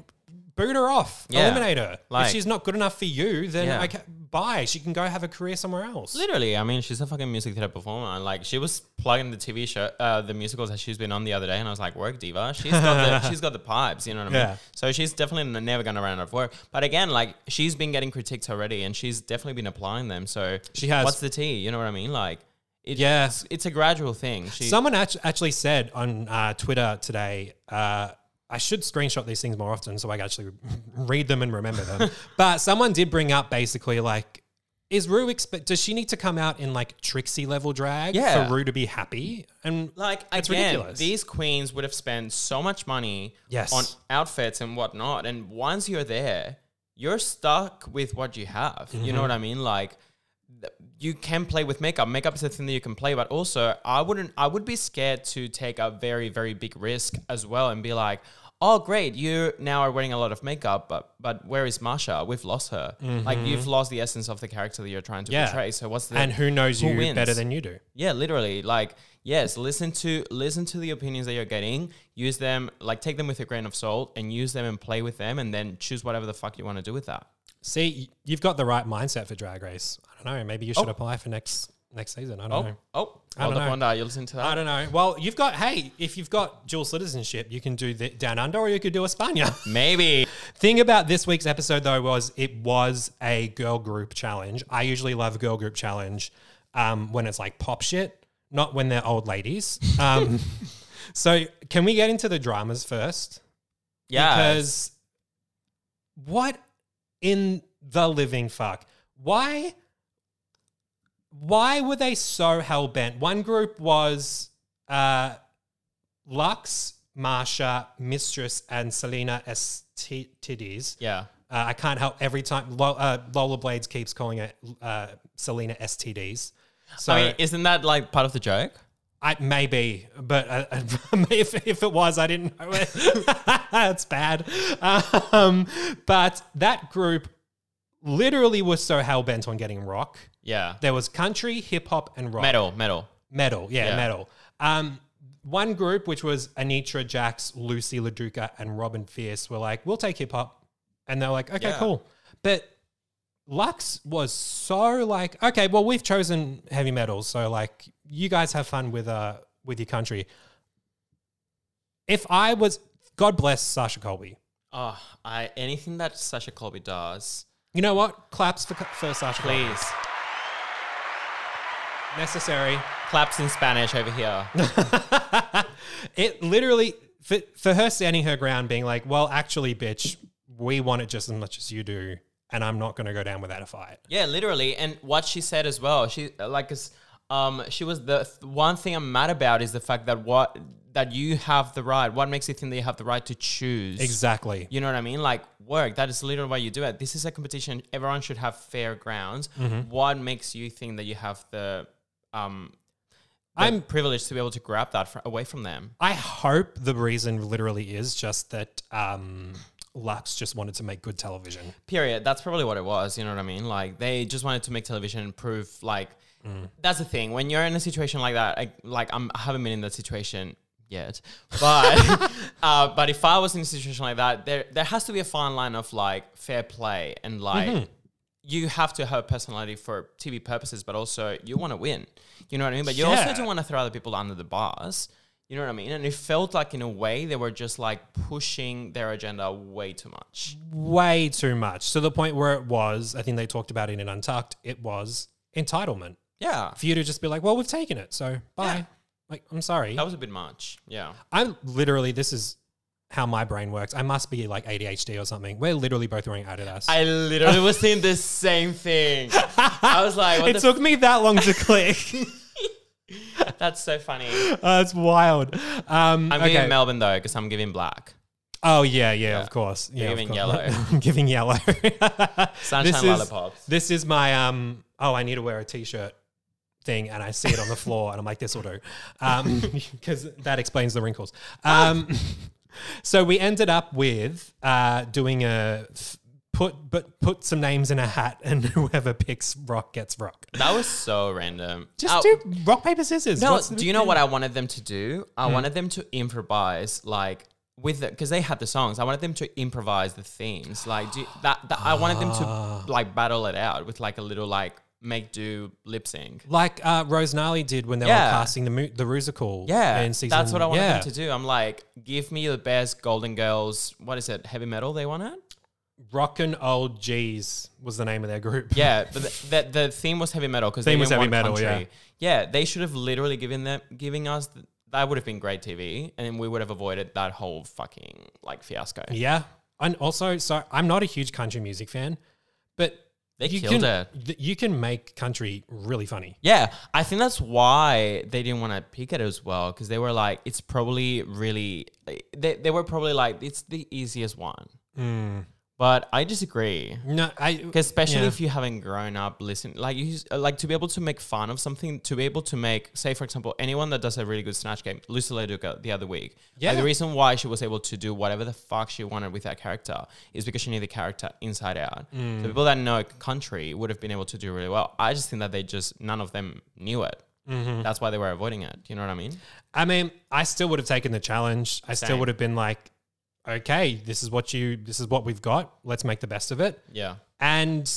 Speaker 1: boot her off,
Speaker 2: Yeah.
Speaker 1: eliminate her.
Speaker 2: Like-
Speaker 1: if she's not good enough for you, then
Speaker 2: Yeah.
Speaker 1: okay, bye. She can go have a career somewhere else.
Speaker 2: Literally, I mean, she's a fucking music theater performer. and, Like, she was plugging the TV show, uh, the musicals that she's been on the other day, and I was like, "Work, diva. She's got
Speaker 1: (laughs)
Speaker 2: the she's got the pipes. You know what I
Speaker 1: Yeah.
Speaker 2: mean? So she's definitely n- never gonna run out of work. But again, like, she's been getting critiques already, and she's definitely been applying them. So
Speaker 1: She has.
Speaker 2: What's the tea? You know what I mean? Like, it,
Speaker 1: Yeah.
Speaker 2: it's, it's a gradual thing. She,
Speaker 1: Someone act- actually said on uh, Twitter today, uh, I should screenshot these things more often so I can actually (laughs) read them and remember
Speaker 2: (laughs)
Speaker 1: them. but someone did bring up basically like, is Rue expect? Does she need to come out in like Trixie level drag
Speaker 2: Yeah.
Speaker 1: for Rue to be happy? And
Speaker 2: like
Speaker 1: It's
Speaker 2: again,
Speaker 1: ridiculous.
Speaker 2: these queens would have spent so much money
Speaker 1: Yes.
Speaker 2: on outfits and whatnot. And once you're there, you're stuck with what you have. You
Speaker 1: Mm-hmm.
Speaker 2: know what I mean? Like th- you can play with makeup. Makeup is a thing that you can play, but also I wouldn't I would be scared to take a very, very big risk as well and be like, Oh great, you now are wearing a lot of makeup, but but where is Marsha? We've lost her. Like you've lost the essence of the character that you're trying
Speaker 1: Mm-hmm.
Speaker 2: to
Speaker 1: Yeah.
Speaker 2: portray. So what's the
Speaker 1: and who knows
Speaker 2: who
Speaker 1: you
Speaker 2: wins?
Speaker 1: better than you do?
Speaker 2: Yeah, literally. Like, yes, listen to listen to the opinions that you're getting. Use them, like take them with a grain of salt and use them and play with them and then choose whatever the fuck you want to do with that.
Speaker 1: See, y- you've got the right mindset for Drag Race. I don't know. Maybe you should apply for next next season. I don't
Speaker 2: Oh,
Speaker 1: know.
Speaker 2: oh,
Speaker 1: I
Speaker 2: hold
Speaker 1: don't
Speaker 2: up,
Speaker 1: know.
Speaker 2: Wanda, you listen to
Speaker 1: I
Speaker 2: that.
Speaker 1: don't know. Well, you've got hey, if you've got dual citizenship, you can do the down under, or you could do Espana.
Speaker 2: Maybe.
Speaker 1: Thing about this week's episode though was it was a girl group challenge. I usually love girl group challenge um, when it's like pop shit, not when they're old ladies. Um, so can we get into the dramas first?
Speaker 2: Yeah.
Speaker 1: Because what in the living fuck? Why? Why were they so hell bent? One group was uh, Lux, Marsha, Mistress, and Selena Estides.
Speaker 2: yeah.
Speaker 1: Uh, I can't help every time Lo- uh, Lola Blades keeps calling it uh, Selena STDs. So
Speaker 2: I mean, isn't that like part of the joke?
Speaker 1: I maybe, but uh, (laughs) if, if it was, I didn't know it. (laughs) That's bad. Um, but that group literally was so hell bent on getting rock.
Speaker 2: Yeah.
Speaker 1: There was country, hip hop, and rock
Speaker 2: Metal, metal.
Speaker 1: metal. Yeah,
Speaker 2: Yeah.
Speaker 1: metal. Um, one group, which was Anitra, Jax, Lucy Laduca, and Robin Fierce, were like, "We'll take hip hop," and they're like, "Okay,
Speaker 2: Yeah.
Speaker 1: cool." But Lux was so like, "Okay, well, we've chosen heavy metal, so like, you guys have fun with uh with your country." If I was, God bless Sasha Colby.
Speaker 2: Oh, I anything that Sasha Colby does,
Speaker 1: You know what? Claps for, for Sasha Colby.
Speaker 2: please.
Speaker 1: Necessary.
Speaker 2: Claps in Spanish over here.
Speaker 1: it literally for, for her standing her ground being like well actually bitch we want it just as much as you do and i'm not going to go down without a fight
Speaker 2: Yeah, literally. And what she said as well, she like, 'cause, um, she was the th- one thing I'm mad about is the fact that what that you have the right. What makes you think that you have the right to choose?
Speaker 1: exactly
Speaker 2: You know what I mean? Like work. That is literally why you do it. This is a competition. Everyone should have fair grounds. What makes you think that you have the um? I'm
Speaker 1: I'm-
Speaker 2: privileged to be able to grab that fr- away from them.
Speaker 1: i hope the reason literally is just that um lux just wanted to make good television
Speaker 2: Period. That's probably what it was. You know what I mean? Like they just wanted to make television and prove like that's the thing. When you're in a situation like that, I, like I'm, I haven't been in that situation yet, but (laughs) uh, but if I was in a situation like that, there there has to be a fine line of like fair play and like. You have to have a personality for TV purposes, but also you want to win. You know what I mean? But you also
Speaker 1: Yeah.
Speaker 2: don't want to throw other people under the bus. You know what I mean? And it felt like, in a way, they were just like pushing their agenda way too much.
Speaker 1: way too much to the point where it was i think they talked about it in untucked it was entitlement
Speaker 2: Yeah.
Speaker 1: for you to just be like well we've taken it so bye
Speaker 2: Yeah.
Speaker 1: like i'm sorry
Speaker 2: That was a bit much. Yeah.
Speaker 1: I'm literally, this is how my brain works. I must be like ADHD or something. We're literally both wearing Adidas.
Speaker 2: I literally was saying the same thing. I was like,
Speaker 1: (laughs)
Speaker 2: what
Speaker 1: it
Speaker 2: the
Speaker 1: took me that long to
Speaker 2: (laughs)
Speaker 1: click. Oh,
Speaker 2: f- that's so funny.
Speaker 1: That's wild. Um,
Speaker 2: I'm
Speaker 1: okay.
Speaker 2: giving Melbourne though, because I'm giving black.
Speaker 1: oh, yeah, yeah, of course. Yeah, of
Speaker 2: giving
Speaker 1: course.
Speaker 2: yellow.
Speaker 1: (laughs) I'm giving yellow.
Speaker 2: Sunshine
Speaker 1: is,
Speaker 2: lollipops.
Speaker 1: This is my, um, oh, I need to wear a t shirt thing and I see it on the floor and I'm like, this will do.
Speaker 2: (laughs)
Speaker 1: Because that explains the wrinkles.
Speaker 2: Ah!
Speaker 1: Um, (laughs) so we ended up with uh, doing a f- put but put some names in a hat and (laughs) whoever picks rock gets rock.
Speaker 2: That was so random.
Speaker 1: Just
Speaker 2: Oh,
Speaker 1: do rock, paper, scissors.
Speaker 2: No,
Speaker 1: What's the
Speaker 2: do you know what I wanted them to do? I wanted them to improvise, like with because they had the songs. I wanted them to improvise the themes, like do, that. that I wanted them to like battle it out with like a little like make do lip sync.
Speaker 1: like uh, Rose Gnarly did when they
Speaker 2: Yeah.
Speaker 1: were casting the mu- the Rusical.
Speaker 2: Yeah,
Speaker 1: in season,
Speaker 2: that's what I wanted
Speaker 1: yeah.
Speaker 2: them to do. I'm like, give me the best Golden Girls. What is it? Heavy metal? They wanted.
Speaker 1: Rockin' Old G's was the name of their group.
Speaker 2: Yeah, but the, the, the theme was heavy metal because
Speaker 1: Theme
Speaker 2: they
Speaker 1: was
Speaker 2: didn't
Speaker 1: heavy
Speaker 2: want
Speaker 1: metal,
Speaker 2: country. Yeah, they should have literally given them giving us. th- that would have been great TV, and we would have avoided that whole fucking like fiasco.
Speaker 1: (laughs) yeah. And also, so I'm not a huge country music fan, but
Speaker 2: They
Speaker 1: you
Speaker 2: killed
Speaker 1: can
Speaker 2: it.
Speaker 1: th- you can make country really funny.
Speaker 2: Yeah, I think that's why they didn't want to pick it as well because they were like, it's probably really they, they were probably like it's the easiest one.
Speaker 1: Mm.
Speaker 2: But I disagree.
Speaker 1: No, I
Speaker 2: 'Cause especially
Speaker 1: Yeah.
Speaker 2: if you haven't grown up listening, like you, like to be able to make fun of something, to be able to make, say for example, anyone that does a really good snatch game, Lucy Leduca the other week. Yeah.
Speaker 1: Yeah.
Speaker 2: the reason why she was able to do whatever the fuck she wanted with that character is because she knew the character inside out.
Speaker 1: Mm.
Speaker 2: So people that know country would have been able to do really well. I just think that they just none of them knew it.
Speaker 1: Mm-hmm.
Speaker 2: That's why they were avoiding it. You know what I mean?
Speaker 1: I mean, I still would have taken the challenge. I still
Speaker 2: Same.
Speaker 1: would have been like, okay, this is what you, this is what we've got. Let's make the best of it.
Speaker 2: Yeah.
Speaker 1: And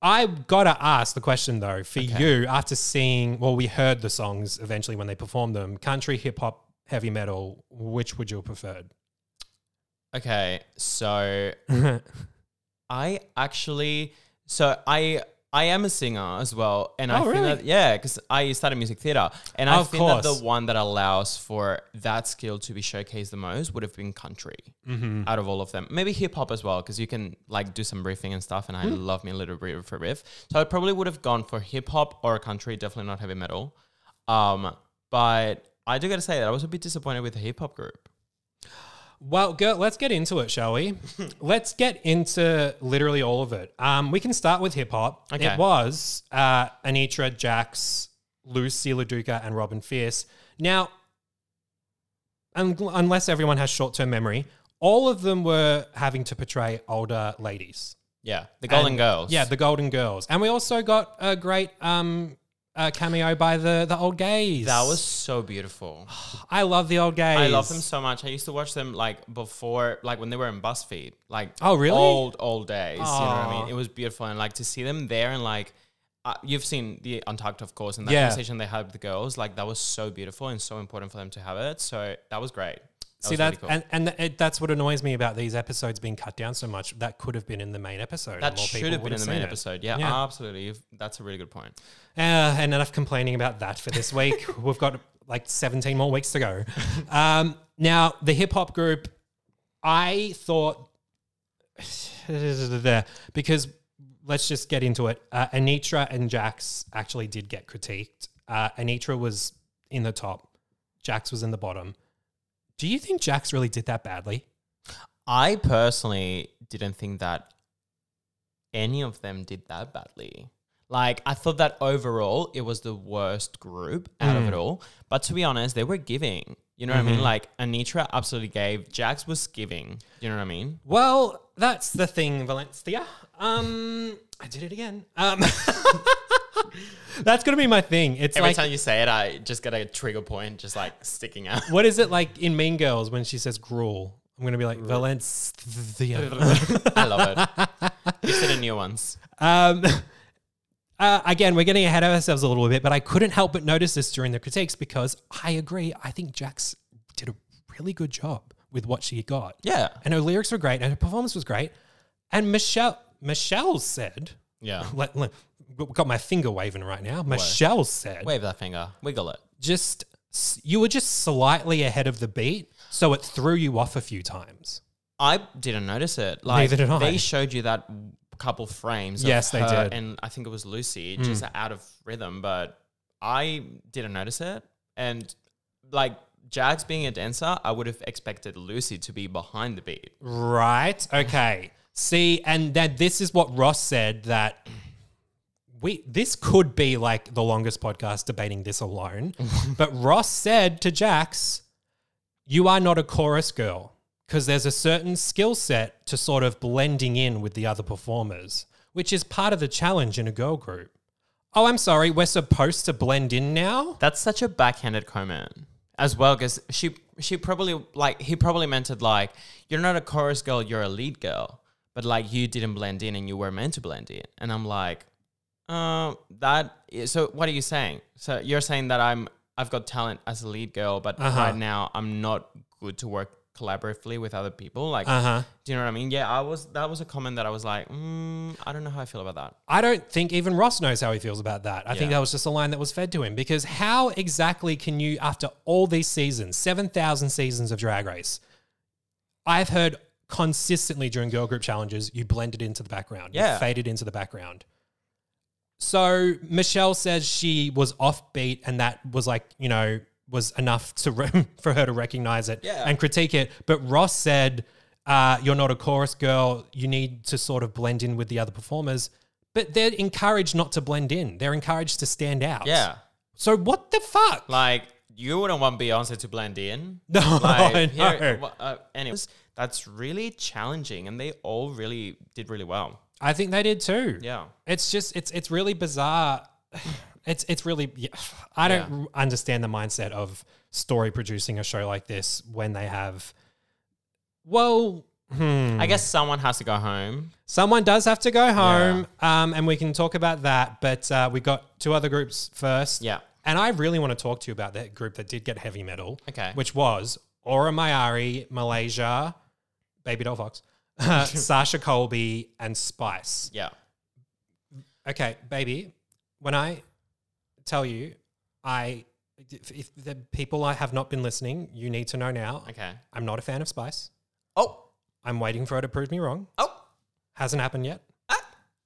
Speaker 1: I gotta ask the question though for you after seeing, well, we heard the songs eventually when they performed them, country, hip hop, heavy metal. Which would you have preferred?
Speaker 2: Okay,
Speaker 1: (laughs)
Speaker 2: so I actually, so I I am a singer as well, and I
Speaker 1: Oh,
Speaker 2: think
Speaker 1: really?
Speaker 2: that yeah, because I studied music theater, and I
Speaker 1: Of
Speaker 2: think that
Speaker 1: course.
Speaker 2: the one that allows for that skill to be showcased the most would have been country
Speaker 1: Mm-hmm.
Speaker 2: out of all of them. Maybe hip hop as well, because you can like do some riffing and stuff, and I
Speaker 1: Mm-hmm.
Speaker 2: love me a little bit of a riff. So I probably would have gone for hip hop or country, definitely not heavy metal. Um, but I do gotta say that I was a bit disappointed with the hip hop group.
Speaker 1: Well, girl, let's get into it, shall we? let's get into literally all of it. Um, we can start with hip hop.
Speaker 2: Okay.
Speaker 1: It was uh, Anitra, Jax, Lucy Laduca, and Robin Fierce. Now, un- unless everyone has short term memory, all of them were having to portray older ladies.
Speaker 2: Yeah, the Golden
Speaker 1: And-
Speaker 2: Girls.
Speaker 1: Yeah, the Golden Girls. And we also got a great um, uh cameo by the, the old gays.
Speaker 2: That was so beautiful.
Speaker 1: I love the old gays.
Speaker 2: I love them so much. I used to watch them like before, like when they were in BuzzFeed, like
Speaker 1: Oh, really?
Speaker 2: old old days. You know what I
Speaker 1: Aw.
Speaker 2: mean? It was beautiful, and like to see them there and like uh, you've seen the Untucked, of course, and that
Speaker 1: Yeah.
Speaker 2: conversation they had with the girls, like that was so beautiful and so important for them to have it. So that was great. That
Speaker 1: See
Speaker 2: was
Speaker 1: that,
Speaker 2: really cool.
Speaker 1: and and th- it, that's what annoys me about these episodes being cut down so much. That could have been in the main episode. and
Speaker 2: that
Speaker 1: more
Speaker 2: should
Speaker 1: people
Speaker 2: have
Speaker 1: would
Speaker 2: been in the main
Speaker 1: seen it.
Speaker 2: episode. Yeah,
Speaker 1: Yeah.
Speaker 2: absolutely. You've- That's a really good point.
Speaker 1: Uh, and enough complaining about that for this week. We've got like 17 more weeks to go. Um, now, the hip hop group, I thought, (sighs) because let's just get into it. Uh, Anitra and Jax actually did get critiqued. Uh, Anitra was in the top, Jax was in the bottom. Do you think Jax really did that badly?
Speaker 2: I personally didn't think that any of them did that badly. Like, I thought that overall it was the worst group out of it all. But to be honest, they were giving. You know what I mean? Like, Anitra absolutely gave. Jax was giving. You know what I mean?
Speaker 1: Well, that's the thing, Valencia. Um, I did it again. Um, (laughs) that's gonna be my thing. It's
Speaker 2: Every
Speaker 1: like
Speaker 2: time you say it, I just get a trigger point, just like sticking (laughs) out.
Speaker 1: what is it like in Mean Girls when she says gruel? I'm gonna be like Valencia.
Speaker 2: I love it. You said the new ones.
Speaker 1: Um, (laughs) uh, again, we're getting ahead of ourselves a little bit, but I couldn't help but notice this during the critiques because I agree. I think Jax did a really good job with what she got.
Speaker 2: Yeah.
Speaker 1: and her lyrics were great, and her performance was great. And Michelle, Michelle said,
Speaker 2: Yeah.
Speaker 1: let, let- got my finger waving right now. Michelle said,
Speaker 2: Wave that finger, wiggle it.
Speaker 1: just s- you were just slightly ahead of the beat, so it threw you off a few times.
Speaker 2: I didn't notice it. Like
Speaker 1: Neither did I.
Speaker 2: they showed you that couple frames. of
Speaker 1: Yes, they
Speaker 2: her
Speaker 1: did. Mm.
Speaker 2: And I think it was Lucy, just out of rhythm, but I didn't notice it. And like Jags being a dancer, I would have expected Lucy to be behind the beat.
Speaker 1: Right. Okay. See, and that this is what Ross said that we this could be like the longest podcast debating this alone. but Ross said to Jax, "You are not a chorus girl because there's a certain skill set to sort of blending in with the other performers, which is part of the challenge in a girl group." Oh, I'm sorry, we're supposed to blend in now?
Speaker 2: That's such a backhanded comment as well because she she probably like he probably meant it like you're not a chorus girl, you're a lead girl, but like you didn't blend in and you were meant to blend in. And I'm like, uh, that. i- So what are you saying? So you're saying that I'm I've got talent as a lead girl, but right now I'm not good to work collaboratively with other people. Like,
Speaker 1: Uh-huh.
Speaker 2: do you know what I mean? Yeah, I was. That was a comment that I was like, mm, I don't know how I feel about that.
Speaker 1: I don't think even Ross knows how he feels about that. I think
Speaker 2: Yeah.
Speaker 1: that was just a line that was fed to him because how exactly can you, after all these seasons, 7,000 seasons of Drag Race, I've heard consistently during girl group challenges, you blended into the background, you
Speaker 2: Yeah.
Speaker 1: faded into the background. So Michelle says she was offbeat and that was like, you know, was enough to re- (laughs) for her to recognize it
Speaker 2: Yeah.
Speaker 1: and critique it. But Ross said, uh, "You're not a chorus girl. You need to sort of blend in with the other performers." But they're encouraged not to blend in. They're encouraged to stand out.
Speaker 2: Yeah,
Speaker 1: So what the fuck?
Speaker 2: like you wouldn't want Beyonce to blend in.
Speaker 1: (laughs) no, (laughs)
Speaker 2: Like,
Speaker 1: I know.
Speaker 2: here- wha- uh, anyways, that's really challenging, and they all really did really well.
Speaker 1: I think they did too.
Speaker 2: Yeah.
Speaker 1: It's just it's it's really bizarre. (sighs) It's it's really yeah, (sighs) I don't
Speaker 2: Yeah.
Speaker 1: r- understand the mindset of story producing a show like this when they have well hmm,
Speaker 2: I guess someone has to go home.
Speaker 1: someone does have to go home um, and we can talk about that but uh, we got two other groups first
Speaker 2: Yeah.
Speaker 1: and I really want to talk to you about that group that did get heavy metal
Speaker 2: Okay.
Speaker 1: which was Aura Mayari Malaysia Baby Doll Fox (laughs) Sasha Colby and Spice
Speaker 2: Yeah.
Speaker 1: Okay, baby, when I tell you, I if if the people I have not been listening, you need to know now.
Speaker 2: Okay.
Speaker 1: I'm not a fan of Spice.
Speaker 2: Oh.
Speaker 1: I'm waiting for her to prove me wrong.
Speaker 2: Oh.
Speaker 1: Hasn't happened yet.
Speaker 2: Ah.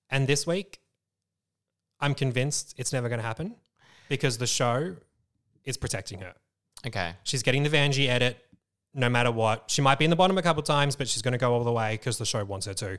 Speaker 1: And this week, I'm convinced it's never going to happen because the show is protecting her.
Speaker 2: Okay.
Speaker 1: She's getting the Vanjie edit no matter what. She might be in the bottom a couple times, but she's going to go all the way because the show wants her to.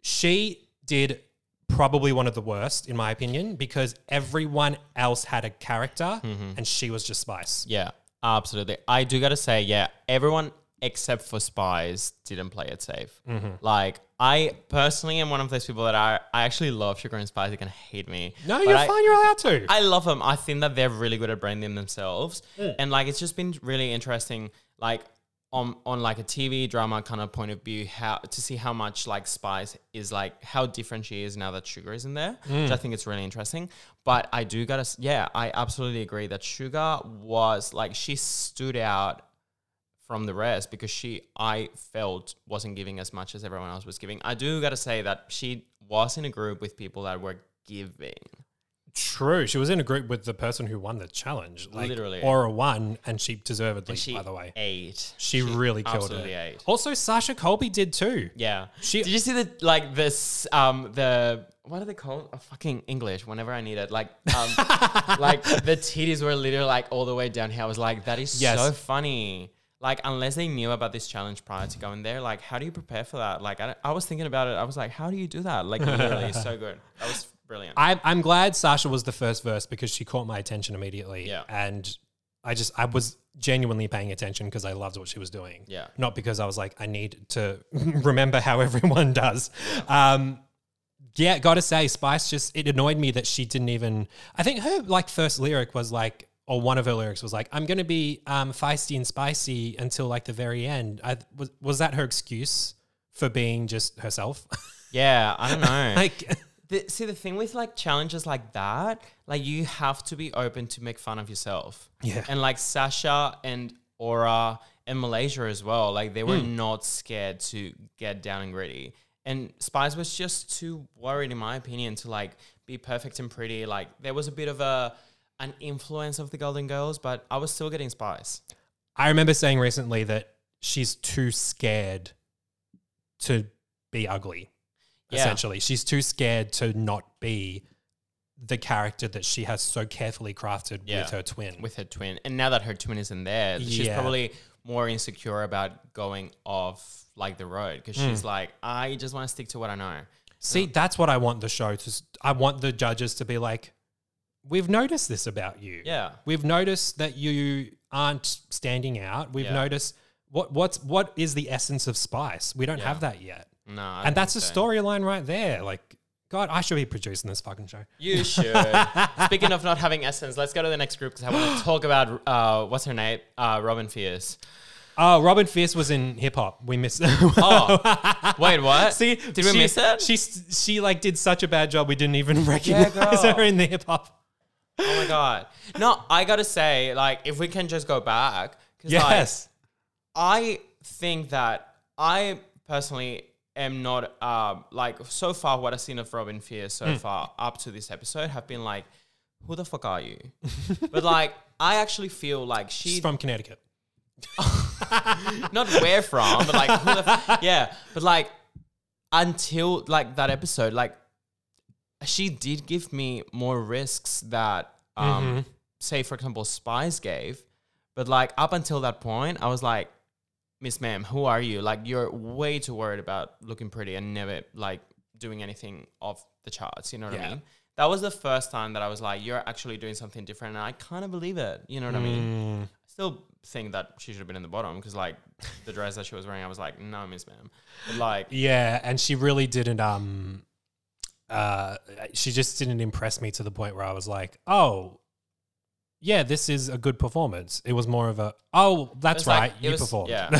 Speaker 1: She did probably one of the worst, in my opinion, because everyone else had a character
Speaker 2: Mm-hmm.
Speaker 1: and she was just Spice.
Speaker 2: Yeah. Absolutely. I do gotta say, yeah, everyone except for spies didn't play it safe.
Speaker 1: Mm-hmm.
Speaker 2: Like I personally am one of those people that I I actually love sugar and spice. They can hate me.
Speaker 1: No,
Speaker 2: but
Speaker 1: you're
Speaker 2: I-
Speaker 1: fine. You're allowed to.
Speaker 2: I love them. I think that they're really good at branding themselves, and like it's just been really interesting, like on on like a TV drama kind of point of view, how to see how much like Spice is like how different she is now that Sugar is in there, which I think it's really interesting. But I do gotta, s- yeah, I absolutely agree that Sugar was like she stood out from the rest because she I felt wasn't giving as much as everyone else was giving. I do gotta say that she was in a group with people that were giving.
Speaker 1: True. She was in a group with the person who won the challenge. Like,
Speaker 2: Literally.
Speaker 1: Aura won, and she deservedly,
Speaker 2: she
Speaker 1: by the way.
Speaker 2: ate.
Speaker 1: She, really killed it.
Speaker 2: absolutely ate.
Speaker 1: Also, Sasha Colby did too.
Speaker 2: Yeah.
Speaker 1: She-
Speaker 2: Did you see the like this um the what are they called? Oh, fucking English. Whenever I need it, like
Speaker 1: (laughs)
Speaker 2: um like the titties were literally like all the way down here. I was like, that is
Speaker 1: Yes.
Speaker 2: so funny. Like unless they knew about this challenge prior to going there, like how do you prepare for that? Like I, don't- I was thinking about it. I was like, how do you do that? Like literally,
Speaker 1: (laughs)
Speaker 2: it's so good. That was brilliant.
Speaker 1: I, I'm glad Sasha was the first verse because she caught my attention immediately.
Speaker 2: Yeah.
Speaker 1: And I just, I was genuinely paying attention because I loved what she was doing.
Speaker 2: Yeah.
Speaker 1: Not because I was like, I need to (laughs) remember how everyone does. Um, yeah, gotta say, Spice just, it annoyed me that she didn't even, I think her like first lyric was like, or one of her lyrics was like, I'm going to be um, feisty and spicy until like the very end. I, was, was that her excuse for being just herself? (laughs)
Speaker 2: yeah, I don't know.
Speaker 1: like,
Speaker 2: the, see the thing with like challenges like that like you have to be open to make fun of yourself
Speaker 1: Yeah.
Speaker 2: and like sasha and aura and malaysia as well like they were not scared to get down and gritty and spice was just too worried in my opinion to like be perfect and pretty like there was a bit of a an influence of the golden girls but i was still getting spice
Speaker 1: I remember saying recently that she's too scared to be ugly.
Speaker 2: Yeah.
Speaker 1: Essentially, she's too scared to not be the character that she has so carefully crafted
Speaker 2: Yeah.
Speaker 1: with her twin.
Speaker 2: with her twin. And now that her twin isn't there, she's
Speaker 1: Yeah.
Speaker 2: probably more
Speaker 1: Hmm.
Speaker 2: insecure about going off like the road because she's like, I just want to stick to what I know.
Speaker 1: See, that's what I want the show to. s- I want the judges to be like, we've noticed this about you.
Speaker 2: Yeah.
Speaker 1: We've noticed that you aren't standing out. We've
Speaker 2: Yeah.
Speaker 1: noticed what what's what is the essence of spice? We don't have that yet.
Speaker 2: No. I
Speaker 1: and that's a
Speaker 2: think so.
Speaker 1: storyline right there. Like, God, I should be producing this fucking show. (laughs)
Speaker 2: You should. Speaking of not having essence, let's go to the next group because I
Speaker 1: (gasps)
Speaker 2: want to talk about uh, what's her name, uh, Robin Fierce.
Speaker 1: Oh, Robin Fierce was in hip hop. We missed. (laughs)
Speaker 2: Oh, (laughs) wait, what?
Speaker 1: See,
Speaker 2: did we
Speaker 1: she-
Speaker 2: miss it?
Speaker 1: She she like did such a bad job. We didn't even (laughs) recognize
Speaker 2: girl.
Speaker 1: her in the hip hop.
Speaker 2: oh my god! No, I gotta say, like, if we can just go back, because
Speaker 1: Yes.
Speaker 2: I think that I personally am not um like so far what I've seen of Robin Fear so far up to this episode have been like, who the fuck are you? but like, I actually feel like she
Speaker 1: She's from Connecticut.
Speaker 2: not where from, but like, who the f- yeah, but like, until like that episode, like, she did give me more risks that, um, say for example, Spies gave, but like up until that point, I was like, Miss Ma'am, who are you? Like, you're way too worried about looking pretty and never like doing anything off the charts. You know what
Speaker 1: Yeah.
Speaker 2: I mean? That was the first time that I was like, you're actually doing something different, and I kind of believe it. You know what I mean? still think that she should have been in the bottom because like the dress that she was wearing, I was like, no, Miss Ma'am. But, like,
Speaker 1: Yeah, and she really didn't. Um, uh, she just didn't impress me to the point where I was like, oh. Yeah, this is a good performance. It was more of a oh, that's
Speaker 2: it's
Speaker 1: right,
Speaker 2: like, it
Speaker 1: you
Speaker 2: was-
Speaker 1: performed. (laughs)
Speaker 2: Yeah,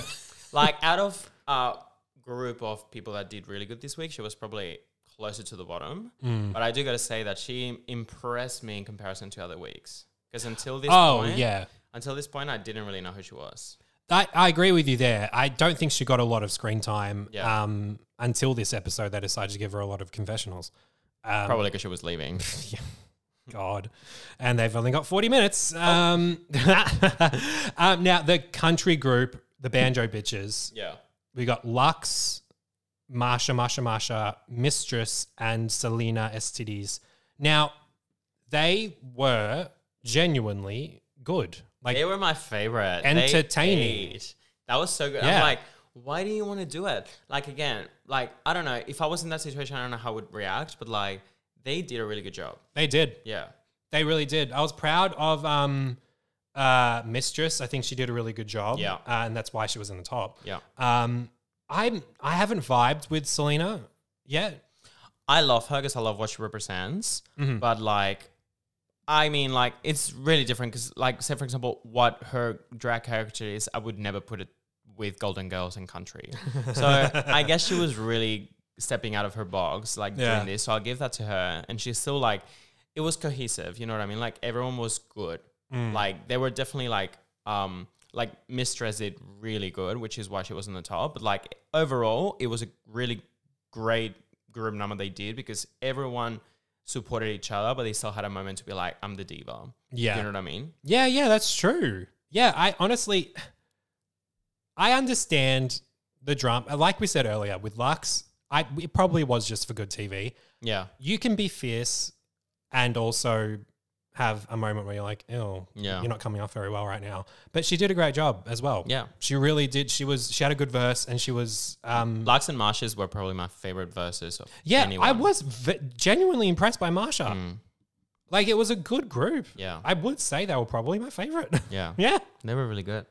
Speaker 2: like out of a group of people that did really good this week, she was probably closer to the bottom.
Speaker 1: Mm.
Speaker 2: But I do got to say that she impressed me in comparison to other weeks because until this
Speaker 1: oh
Speaker 2: point,
Speaker 1: yeah,
Speaker 2: until this point, I didn't really know who she was.
Speaker 1: I, I agree with you there. I don't think she got a lot of screen time
Speaker 2: Yeah.
Speaker 1: um, until this episode. They decided to give her a lot of confessionals. Um,
Speaker 2: Probably because she was
Speaker 1: (laughs)
Speaker 2: leaving. (laughs)
Speaker 1: God. And they've only got 40 minutes.
Speaker 2: Oh.
Speaker 1: Um, (laughs) um, now, the country group, the Banjo Bitches,
Speaker 2: yeah.
Speaker 1: we got Lux, Marsha, Marsha, Marsha, Mistress, and Selena STDs. Now, they were genuinely good. Like,
Speaker 2: They were my favorite. They
Speaker 1: Entertaining.
Speaker 2: ate. That was so good.
Speaker 1: Yeah.
Speaker 2: I'm like, why do you want to do it? Like again, like I don't know. If I was in that situation, I don't know how I would react. But like, they did a really good job.
Speaker 1: they did.
Speaker 2: Yeah.
Speaker 1: They really did. I was proud of um, uh, Mistress. I think she did a really good job.
Speaker 2: Yeah.
Speaker 1: Uh, and that's why she was in the top.
Speaker 2: Yeah.
Speaker 1: Um, I'm, I haven't vibed with Selena yet.
Speaker 2: I love her because I love what she represents. But like, I mean, like it's really different because, like, say for example, what her drag character is, I would never put it with Golden Girls and Country. so I guess she was really stepping out of her box, like
Speaker 1: Yeah.
Speaker 2: doing this. So I'll give that to her, and she's still like, it was cohesive. You know what I mean? Like everyone was good.
Speaker 1: Mm.
Speaker 2: Like they were definitely like, um, like Mistress did really good, which is why she was in the top. But like overall, it was a really great group number they did because everyone supported each other, but they still had a moment to be like, I'm the diva.
Speaker 1: Yeah.
Speaker 2: You know what I mean?
Speaker 1: Yeah, yeah, that's true. Yeah, I honestly, I understand the drama. Like we said earlier with Lux, I it probably was just for good TV.
Speaker 2: Yeah.
Speaker 1: You can be fierce and also have a moment where you're like, "Ew,
Speaker 2: Yeah.
Speaker 1: you're not coming off very well right now." But she did a great job as well.
Speaker 2: Yeah.
Speaker 1: she really did. She was she had a good verse, and she was um,
Speaker 2: Lux and Marshes were probably my favorite verses of
Speaker 1: Yeah, I
Speaker 2: anyone.
Speaker 1: was v- genuinely impressed by Marsha. Like it was a good group.
Speaker 2: Yeah.
Speaker 1: I would say they were probably my favorite. (laughs)
Speaker 2: Yeah.
Speaker 1: yeah,
Speaker 2: They were really good.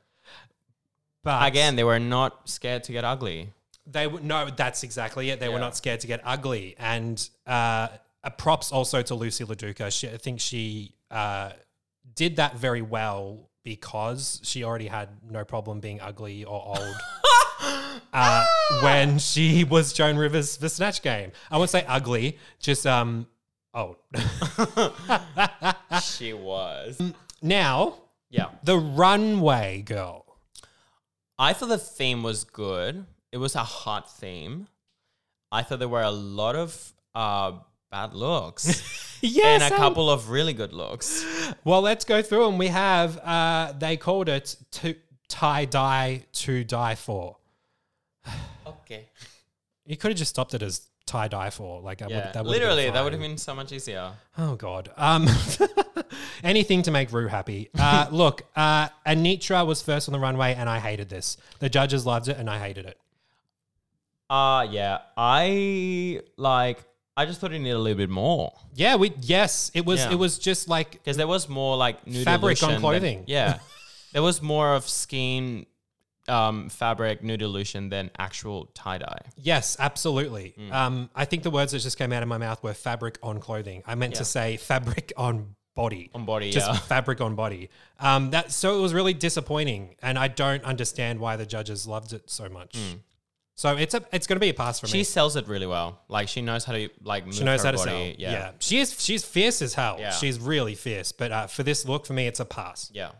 Speaker 1: but
Speaker 2: Again, they were not scared to
Speaker 1: (laughs)
Speaker 2: get ugly.
Speaker 1: they were no. That's exactly it. They were
Speaker 2: Yeah.
Speaker 1: not scared to get ugly. And uh, a props also to Lucy Laduca. She, I think she uh, did that very well because she already had no problem being ugly or
Speaker 2: (laughs)
Speaker 1: old. Uh, when she was Joan Rivers for Snatch Game, I won't say ugly, just um
Speaker 2: (laughs)
Speaker 1: old. (laughs)
Speaker 2: she was.
Speaker 1: now
Speaker 2: Yeah.
Speaker 1: The runway girl.
Speaker 2: I thought the theme was good. It was a hot theme. I thought there were a lot of uh, bad looks
Speaker 1: (laughs) Yes.
Speaker 2: and a couple of really good looks.
Speaker 1: well, let's go through and we have uh they called it to tie dye to die for.
Speaker 2: Okay.
Speaker 1: You could have just stopped it as tie dye for. Like I
Speaker 2: Yeah.
Speaker 1: would that would
Speaker 2: Literally, that would have been so much easier.
Speaker 1: Oh god. Um (laughs) anything to make Rue happy. Uh (laughs) look, uh Anitra was first on the runway and I hated this. The judges loved it and I hated it.
Speaker 2: Uh yeah. I like I just thought it needed a little bit more.
Speaker 1: Yeah, we yes, it was
Speaker 2: Yeah.
Speaker 1: it was just like
Speaker 2: Because there was more like nude
Speaker 1: Fabric on
Speaker 2: illusion than-
Speaker 1: clothing. (laughs)
Speaker 2: yeah. there was more of skin um fabric nude illusion than actual tie dye.
Speaker 1: yes, absolutely.
Speaker 2: Mm.
Speaker 1: Um, I think the words that just came out of my mouth were fabric on clothing. I meant
Speaker 2: Yeah.
Speaker 1: to say fabric on body.
Speaker 2: On body,
Speaker 1: just
Speaker 2: yeah. (laughs)
Speaker 1: fabric on body. Um, that so it was really disappointing, and I don't understand why the judges loved it so much.
Speaker 2: Hmm.
Speaker 1: So it's a it's going to be a pass for
Speaker 2: She
Speaker 1: me.
Speaker 2: sells it really well. Like she knows how to like move
Speaker 1: She knows
Speaker 2: her
Speaker 1: how to sell.
Speaker 2: body.
Speaker 1: Yeah. she is. She's fierce as hell.
Speaker 2: Yeah.
Speaker 1: She's really fierce. But uh, for this look, for me, it's a pass.
Speaker 2: Yeah.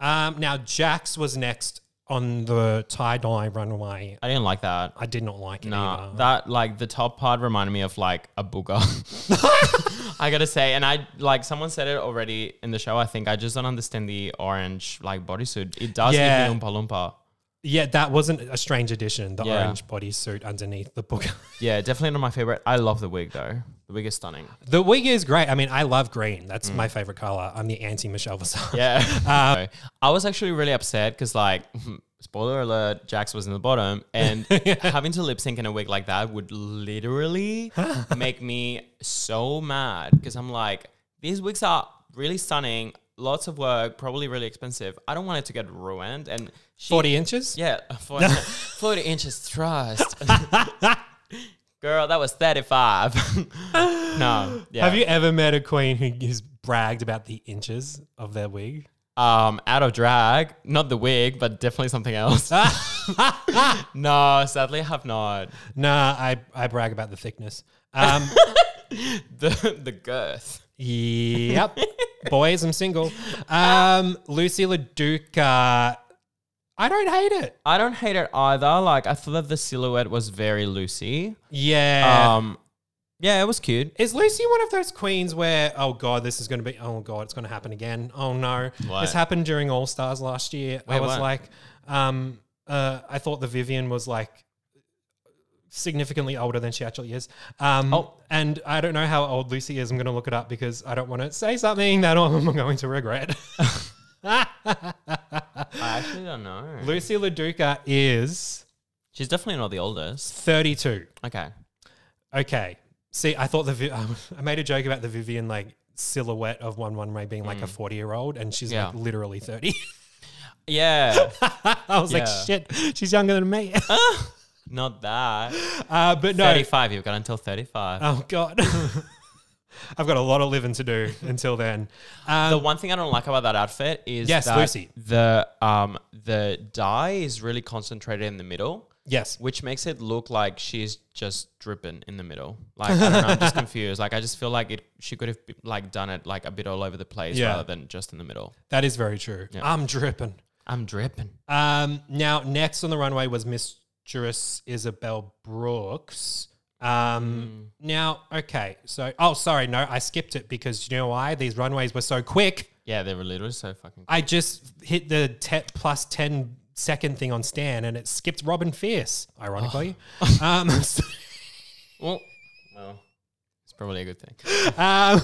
Speaker 1: Um, now Jax was next on the tie dye runway.
Speaker 2: I didn't like that.
Speaker 1: I did not like it.
Speaker 2: Nah,
Speaker 1: either.
Speaker 2: that like the top part reminded me of like a
Speaker 1: (laughs)
Speaker 2: booger. I gotta say, and I like someone said it already in the show. I think I just don't understand the orange like bodysuit. It does
Speaker 1: Yeah.
Speaker 2: give me oompa loompa.
Speaker 1: yeah, that wasn't a strange addition. The
Speaker 2: Yeah.
Speaker 1: orange bodysuit underneath the book. (laughs)
Speaker 2: Yeah, definitely not my favorite. I love the wig though. The wig is stunning.
Speaker 1: the wig is great. I mean, I love green. That's
Speaker 2: Hmm.
Speaker 1: my favorite color. I'm the anti Michelle Visage.
Speaker 2: (laughs) Yeah,
Speaker 1: Uh,
Speaker 2: So, I was actually really upset because like. (laughs) Spoiler alert, Jax was in the bottom,
Speaker 1: (laughs)
Speaker 2: and having to lip sync in a wig like that would
Speaker 1: (laughs)
Speaker 2: literally make me so mad because I'm like, these wigs are really stunning, lots of work, probably really expensive. I don't want it to get ruined. And she,
Speaker 1: Forty inches.
Speaker 2: yeah, (laughs)
Speaker 1: (laughs)
Speaker 2: 40, 40 inches thrust. (laughs) Girl, that was 35. (laughs) no, yeah.
Speaker 1: Have you ever met a queen who has bragged about the inches of their wig?
Speaker 2: um, out of drag, not the wig, but definitely something else. (laughs) no, sadly, I have not. (laughs)
Speaker 1: Nah, I, I brag about the thickness. Um,
Speaker 2: The the girth.
Speaker 1: Yep. Boys, I'm single. Um, Lucy LaDuca. I don't hate it.
Speaker 2: I don't hate it either. Like I thought that the silhouette was very loosey.
Speaker 1: Yeah.
Speaker 2: Um, yeah, it was cute.
Speaker 1: is Lucy one of those queens where, oh God, this is going to be, oh God, it's going to happen again. Oh no.
Speaker 2: What?
Speaker 1: This happened during All Stars last year. I
Speaker 2: Wait,
Speaker 1: was
Speaker 2: what?
Speaker 1: like, um, uh, I thought the Vivian was like significantly older than she actually is. Um,
Speaker 2: Oh.
Speaker 1: And I don't know how old Lucy is. I'm going to look it up because I don't want to say something that I'm (laughs) going to regret.
Speaker 2: I actually don't know.
Speaker 1: Lucy LaDuca is
Speaker 2: She's definitely not the oldest.
Speaker 1: 32.
Speaker 2: Okay.
Speaker 1: Okay. See, I thought the Vi- (laughs) I made a joke about the Vivian like silhouette of one one Ray being like a 40 year old and she's
Speaker 2: Mm. Yeah.
Speaker 1: like literally 30.
Speaker 2: (laughs) Yeah,
Speaker 1: (laughs) I was like,
Speaker 2: Yeah.
Speaker 1: shit, she's younger than me. (laughs)
Speaker 2: not that.
Speaker 1: uh, but no.
Speaker 2: Thirty-five. You've got until thirty-five.
Speaker 1: Oh, God. (laughs) I've got a lot of living to do (laughs) until then. Um,
Speaker 2: the one thing I don't like about that outfit is
Speaker 1: Yes,
Speaker 2: that
Speaker 1: Lucy.
Speaker 2: the um the dye is really concentrated in the middle,
Speaker 1: Yes.
Speaker 2: which makes it look like she's just dripping in the middle. Like I don't know, I'm (laughs) just confused. Like I just feel like it she could have like done it like a bit all over the place
Speaker 1: Yeah.
Speaker 2: rather than just in the middle.
Speaker 1: That is very true. I'm dripping.
Speaker 2: I'm dripping.
Speaker 1: Um, now, next on the runway was Mistress Isabel Brooks. Um,
Speaker 2: Mm.
Speaker 1: Now, okay, so oh, sorry, no, I skipped it because you know why these runways were so quick.
Speaker 2: Yeah, they were literally so fucking.
Speaker 1: I just hit the te- plus 10 second thing on Stan and it skipped Robin Fierce, ironically.
Speaker 2: Oh.
Speaker 1: Um, (laughs) so-
Speaker 2: Well, well, it's probably a good thing.
Speaker 1: um,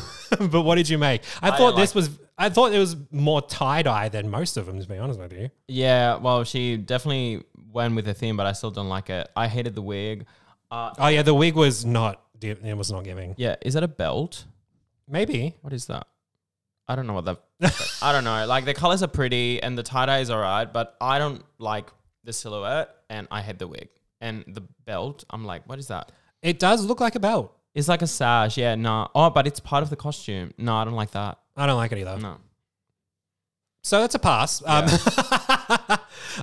Speaker 1: but what did you make? I thought
Speaker 2: didn't
Speaker 1: this was, I thought it was more tie dye than most of them, to be honest with you.
Speaker 2: Yeah, well, she definitely went with the theme, but I still don't like it. I hated the wig. Uh,
Speaker 1: Oh, yeah, the wig was not, it was not giving.
Speaker 2: yeah, is that a belt?
Speaker 1: Maybe.
Speaker 2: What is that? I don't know what that. (laughs) I don't know. Like the colors are pretty and the tie dye is alright, but I don't like the silhouette and I hate the wig and the belt. I'm like, what is that?
Speaker 1: It does look like a belt.
Speaker 2: It's like a sash. Yeah, no. Oh, but it's part of the costume. No, I don't like that.
Speaker 1: I don't like it either.
Speaker 2: No.
Speaker 1: So that's a pass. Um, (laughs)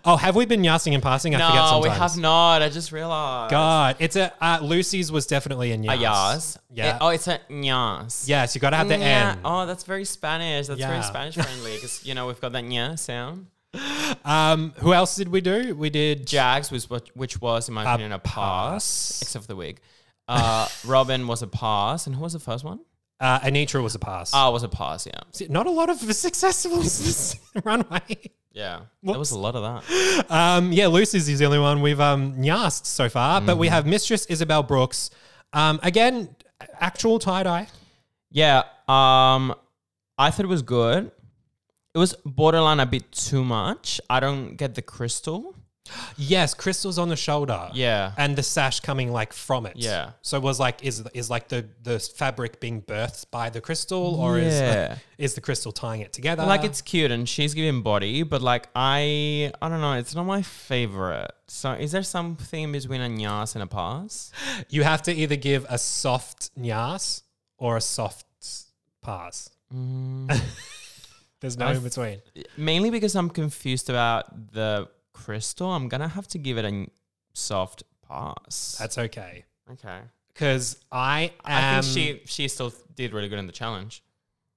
Speaker 1: oh, have we been yassing and passing? I forget
Speaker 2: No,
Speaker 1: sometimes.
Speaker 2: we have not. I just realized.
Speaker 1: God, it's a uh, Lucy's was definitely a
Speaker 2: A
Speaker 1: yass.
Speaker 2: yas.
Speaker 1: Yeah.
Speaker 2: Eh, oh, it's a nyas.
Speaker 1: Yes, you got to have the
Speaker 2: Nya.
Speaker 1: N.
Speaker 2: Oh, that's very Spanish. That's
Speaker 1: Yeah.
Speaker 2: very Spanish friendly because you know we've got that nya sound.
Speaker 1: Um, who else did we do? We did
Speaker 2: Jags was what, which was in my opinion a pass,
Speaker 1: pass.
Speaker 2: except for the wig.
Speaker 1: (laughs)
Speaker 2: Uh, Robin was a pass, and who was the first one?
Speaker 1: uh, Anitra was a pass.
Speaker 2: Ah, was a pass. Yeah,
Speaker 1: See, Not a lot of (laughs)
Speaker 2: (laughs)
Speaker 1: successful this runway.
Speaker 2: yeah. There was a lot of that.
Speaker 1: Um, yeah, Lucy's is the only one we've um, yassed so far, but
Speaker 2: Mm.
Speaker 1: we have Mistress Isabel Brooks. Um, again, actual tie dye.
Speaker 2: Yeah. Um, I thought it was good. It was borderline a bit too much. I don't get the crystal.
Speaker 1: Yes, crystals on the shoulder.
Speaker 2: Yeah.
Speaker 1: And the sash coming like from it.
Speaker 2: Yeah.
Speaker 1: So it was like is is like the the fabric being birthed by the crystal or is
Speaker 2: Yeah.
Speaker 1: the, is the crystal tying it together?
Speaker 2: like it's cute and she's giving body, but like I, I don't know, it's not my favorite. So is there something in between a nyas and a pass?
Speaker 1: you have to either give a soft nyas or a soft pass.
Speaker 2: Mm.
Speaker 1: (laughs) There's no in between.
Speaker 2: Mainly because I'm confused about the crystal. I'm gonna have to give it a n- soft pass.
Speaker 1: That's okay.
Speaker 2: okay.
Speaker 1: Cause I
Speaker 2: I
Speaker 1: am
Speaker 2: think she she still did really good in the challenge.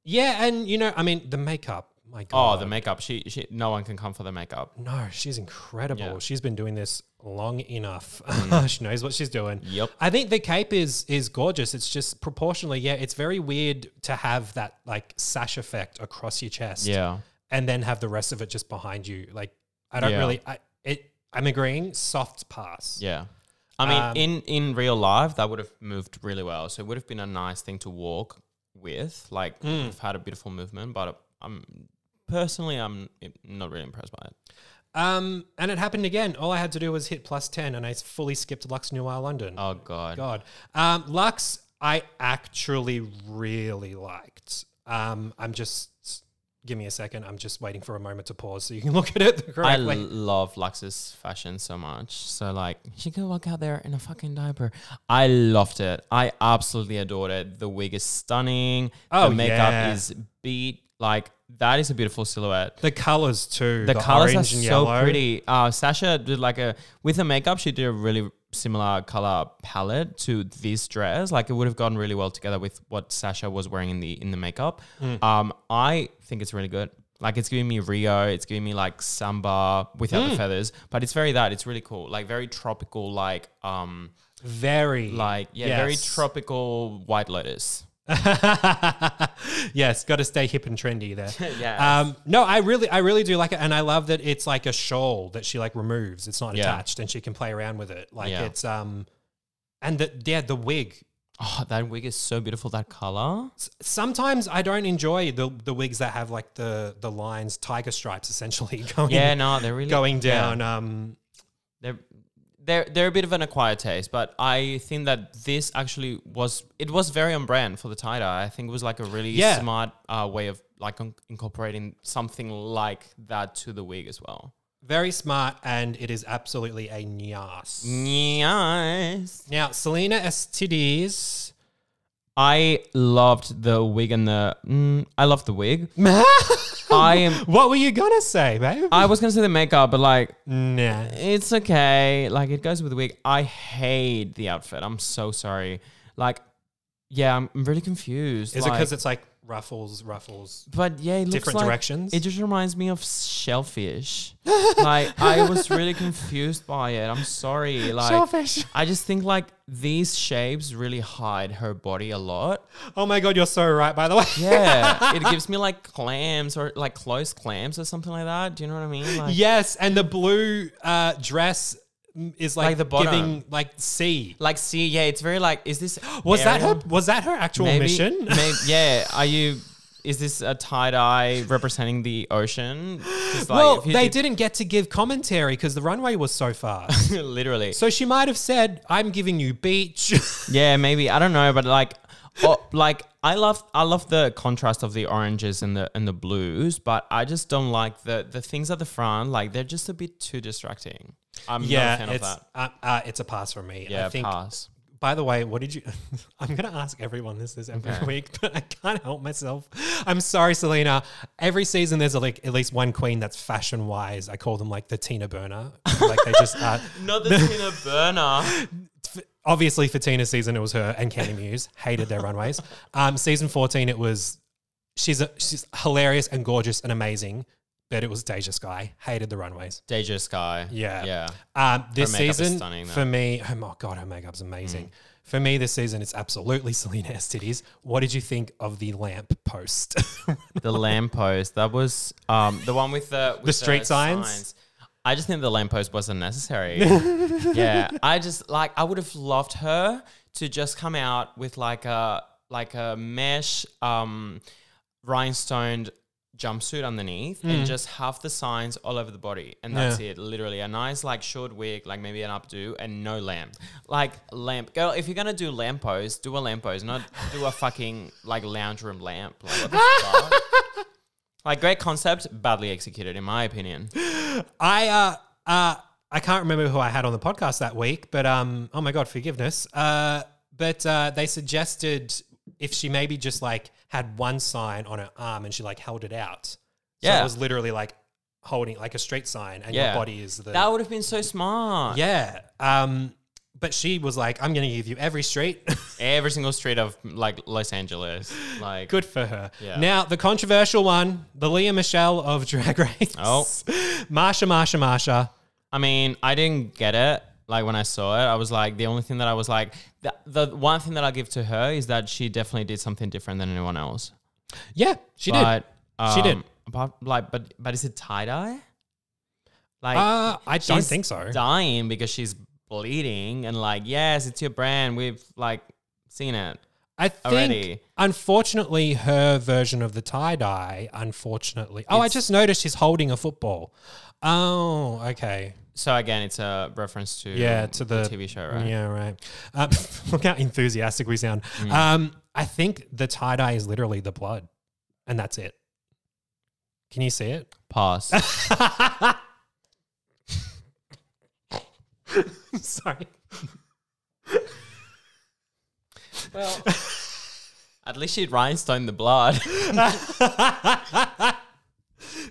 Speaker 1: Yeah, and you know, I mean the makeup, my
Speaker 2: Oh,
Speaker 1: god.
Speaker 2: the makeup. She she no one can come for the makeup.
Speaker 1: No, she's incredible.
Speaker 2: Yeah. Mm.
Speaker 1: She's been doing this long enough. (laughs) she knows what she's doing.
Speaker 2: Yep.
Speaker 1: I think the cape is is gorgeous. It's just proportionally, yeah, it's very weird to have that like sash effect across your chest
Speaker 2: Yeah.
Speaker 1: and then have the rest of it just behind you. Like I don't
Speaker 2: Yeah.
Speaker 1: really I it I'm agreeing, soft pass.
Speaker 2: Yeah. I mean,
Speaker 1: Um,
Speaker 2: in in real life, that would have moved really well. So it would have been a nice thing to walk with. Like, I've had a beautiful movement, but I'm personally, I'm not really impressed by it.
Speaker 1: Um and it happened again. All I had to do was hit plus 10 and I fully skipped Lux New Isle London.
Speaker 2: Oh god.
Speaker 1: God. Um, Lux, I actually really liked. Um, I'm just, give me a second. I'm just waiting for a moment to pause so you can (laughs) look at it
Speaker 2: I
Speaker 1: correctly.
Speaker 2: love Lux's fashion so much. So like, she could walk out there in a fucking diaper. I loved it. I absolutely adored it. The wig is stunning.
Speaker 1: Oh,
Speaker 2: the makeup
Speaker 1: yeah.
Speaker 2: is beat. Like, that is a beautiful silhouette.
Speaker 1: the colors too.
Speaker 2: the, colors are
Speaker 1: orange
Speaker 2: so
Speaker 1: and yellow.
Speaker 2: pretty. Uh, Sasha did like a with her makeup. She did a really similar color palette to this dress. Like it would have gone really well together with what Sasha was wearing in the in the makeup.
Speaker 1: Hmm.
Speaker 2: Um, I think it's really good. Like it's giving me Rio. It's giving me like samba without
Speaker 1: Hmm.
Speaker 2: the feathers, but it's very that. It's really cool. Like very tropical. Like um,
Speaker 1: Very.
Speaker 2: like yeah, very
Speaker 1: Yes.
Speaker 2: tropical white lotus.
Speaker 1: (laughs) yes, got to stay hip and trendy there.
Speaker 2: (laughs) Yes.
Speaker 1: Um, no, I really, I really do like it, and I love that it's like a shawl that she like removes. It's not
Speaker 2: Yeah.
Speaker 1: attached, and she can play around with it. Like
Speaker 2: Yeah.
Speaker 1: it's um, and the yeah, the wig
Speaker 2: Oh, that wig is so beautiful. That color.
Speaker 1: S- sometimes I don't enjoy the the wigs that have like the the lines, tiger stripes, essentially (laughs) going
Speaker 2: Yeah, no, they're really
Speaker 1: going
Speaker 2: yeah.
Speaker 1: down. Um,
Speaker 2: they're they're they're a bit of an acquired taste, but I think that this actually was it was very on brand for the tie dye. I think it was like a really
Speaker 1: Yeah.
Speaker 2: smart uh, way of like in- incorporating something like that to the wig as well.
Speaker 1: very smart, and it is absolutely a nyas.
Speaker 2: Mm. Yes,
Speaker 1: Now, Selena
Speaker 2: (laughs)
Speaker 1: STDs.
Speaker 2: I loved the wig and the mm, I loved the wig. I
Speaker 1: (laughs)
Speaker 2: am.
Speaker 1: what were you gonna say, babe?
Speaker 2: I was gonna say the makeup, but like
Speaker 1: nah.
Speaker 2: it's okay. Like it goes with the wig. I hate the outfit. I'm so sorry. Like, yeah, I'm I'm really confused.
Speaker 1: Is it
Speaker 2: like,
Speaker 1: because it's like ruffles, ruffles?
Speaker 2: But yeah, it looks
Speaker 1: Different
Speaker 2: like-
Speaker 1: directions?
Speaker 2: It just reminds me of shellfish. (laughs) like I was really confused by it. I'm sorry. Like
Speaker 1: Shellfish.
Speaker 2: I just think like these shapes really hide her body a lot.
Speaker 1: Oh my god, you're so right. By the way, (laughs)
Speaker 2: Yeah, it gives me like clams or like close clams or something like that. Do you know what I mean? Like,
Speaker 1: yes, and the blue uh, dress mm, is like,
Speaker 2: Like the bottom.
Speaker 1: giving like C.
Speaker 2: like see, yeah, it's very like. Is this
Speaker 1: Was that
Speaker 2: Ariel?
Speaker 1: her? Was that her actual mission? (laughs)
Speaker 2: may- yeah. Are you? Is this a tie dye representing the ocean? 'Cause, like,
Speaker 1: well,
Speaker 2: if you
Speaker 1: they didn't get to give commentary because the runway was so
Speaker 2: (laughs)
Speaker 1: fast.
Speaker 2: did literally.
Speaker 1: so she might have said, "I'm giving you beach."
Speaker 2: Yeah, maybe I don't know, but like, oh, like I love I love the contrast of the oranges and the and the blues, but I just don't like the the things at the front. Like they're just a bit too distracting. I'm not a fan of
Speaker 1: it's
Speaker 2: that.
Speaker 1: uh, uh, it's a pass from me.
Speaker 2: Yeah,
Speaker 1: I think.
Speaker 2: pass.
Speaker 1: By the way, what did you? (laughs) I'm gonna ask everyone this this every
Speaker 2: Okay.
Speaker 1: week, (laughs) but I can't help myself. I'm sorry, Selena. Every season, there's like at least one queen that's fashion wise. I call them like the Tina Burner. like they just are.
Speaker 2: Not the Tina Burner.
Speaker 1: Obviously, for Tina's season, it was her and Candy Muse hated their runways. Um, season 14, it was she's a, she's hilarious and gorgeous and amazing, but it was Deja Sky hated the runways.
Speaker 2: (laughs) Deja Sky.
Speaker 1: Yeah.
Speaker 2: yeah.
Speaker 1: Um, this
Speaker 2: makeup is
Speaker 1: season,
Speaker 2: stunning, though. Mm.
Speaker 1: for me, oh my god, her makeup's amazing. For me, this season, it's absolutely (laughs) Selena Estides. What did you think of the lamp post? (laughs)
Speaker 2: (laughs) The lamppost. That was um the one with the with
Speaker 1: street signs?
Speaker 2: I just think the lamppost was unnecessary.
Speaker 1: (laughs)
Speaker 2: yeah, I just like I would have loved her to just come out with like a like a mesh um rhinestoned jumpsuit underneath
Speaker 1: Mm.
Speaker 2: and just have the signs all over the body and that's it literally a nice like short wig like maybe an updo and no lamp like lamp girl if you're gonna do lamp pose do a lamp pose not do a fucking like lounge room lamp like
Speaker 1: (laughs)
Speaker 2: what the fuck like great concept badly executed in my opinion
Speaker 1: I uh uh I can't remember who I had on the podcast that week, but um oh my god, forgiveness. Uh but uh they suggested if she maybe just like had one sign on her arm and she like held it out. So
Speaker 2: Yeah.
Speaker 1: it was literally like holding like a street sign and
Speaker 2: Yeah.
Speaker 1: your body is the
Speaker 2: that would have been so smart
Speaker 1: Yeah. Um but she was like, I'm gonna give you every street. (laughs)
Speaker 2: every single street of like Los Angeles. Like
Speaker 1: Good for her.
Speaker 2: Yeah.
Speaker 1: Now the controversial one, the Leah Michelle of Drag (laughs) Race.
Speaker 2: Oh.
Speaker 1: Marsha, Marsha, Marsha.
Speaker 2: I mean, I didn't get it. Like when I saw it, I was like, the only thing that I was like, the, the one thing that I give to her is that she definitely did something different than anyone else.
Speaker 1: Yeah, she did.
Speaker 2: but
Speaker 1: She did.
Speaker 2: um, Apart, like, but but is it tie dye? Like,
Speaker 1: Uh, I don't
Speaker 2: she's
Speaker 1: think so.
Speaker 2: Dying because she's bleeding, and like, yes, it's your brand. We've like seen it.
Speaker 1: I think,
Speaker 2: already.
Speaker 1: unfortunately, her version of the tie dye, unfortunately. Oh, I
Speaker 2: It's-
Speaker 1: just noticed she's holding a football. Oh, okay.
Speaker 2: So again, it's a reference to
Speaker 1: Yeah, to the,
Speaker 2: TV show, right?
Speaker 1: Yeah, right. Uh, (laughs) look how enthusiastic we sound.
Speaker 2: Hmm.
Speaker 1: Um, I think the tie dye is literally the blood, and that's it. Can you see it?
Speaker 2: Pass.
Speaker 1: (laughs) (laughs) Sorry.
Speaker 2: Well, (laughs) at least she'd rhinestone the blood. (laughs)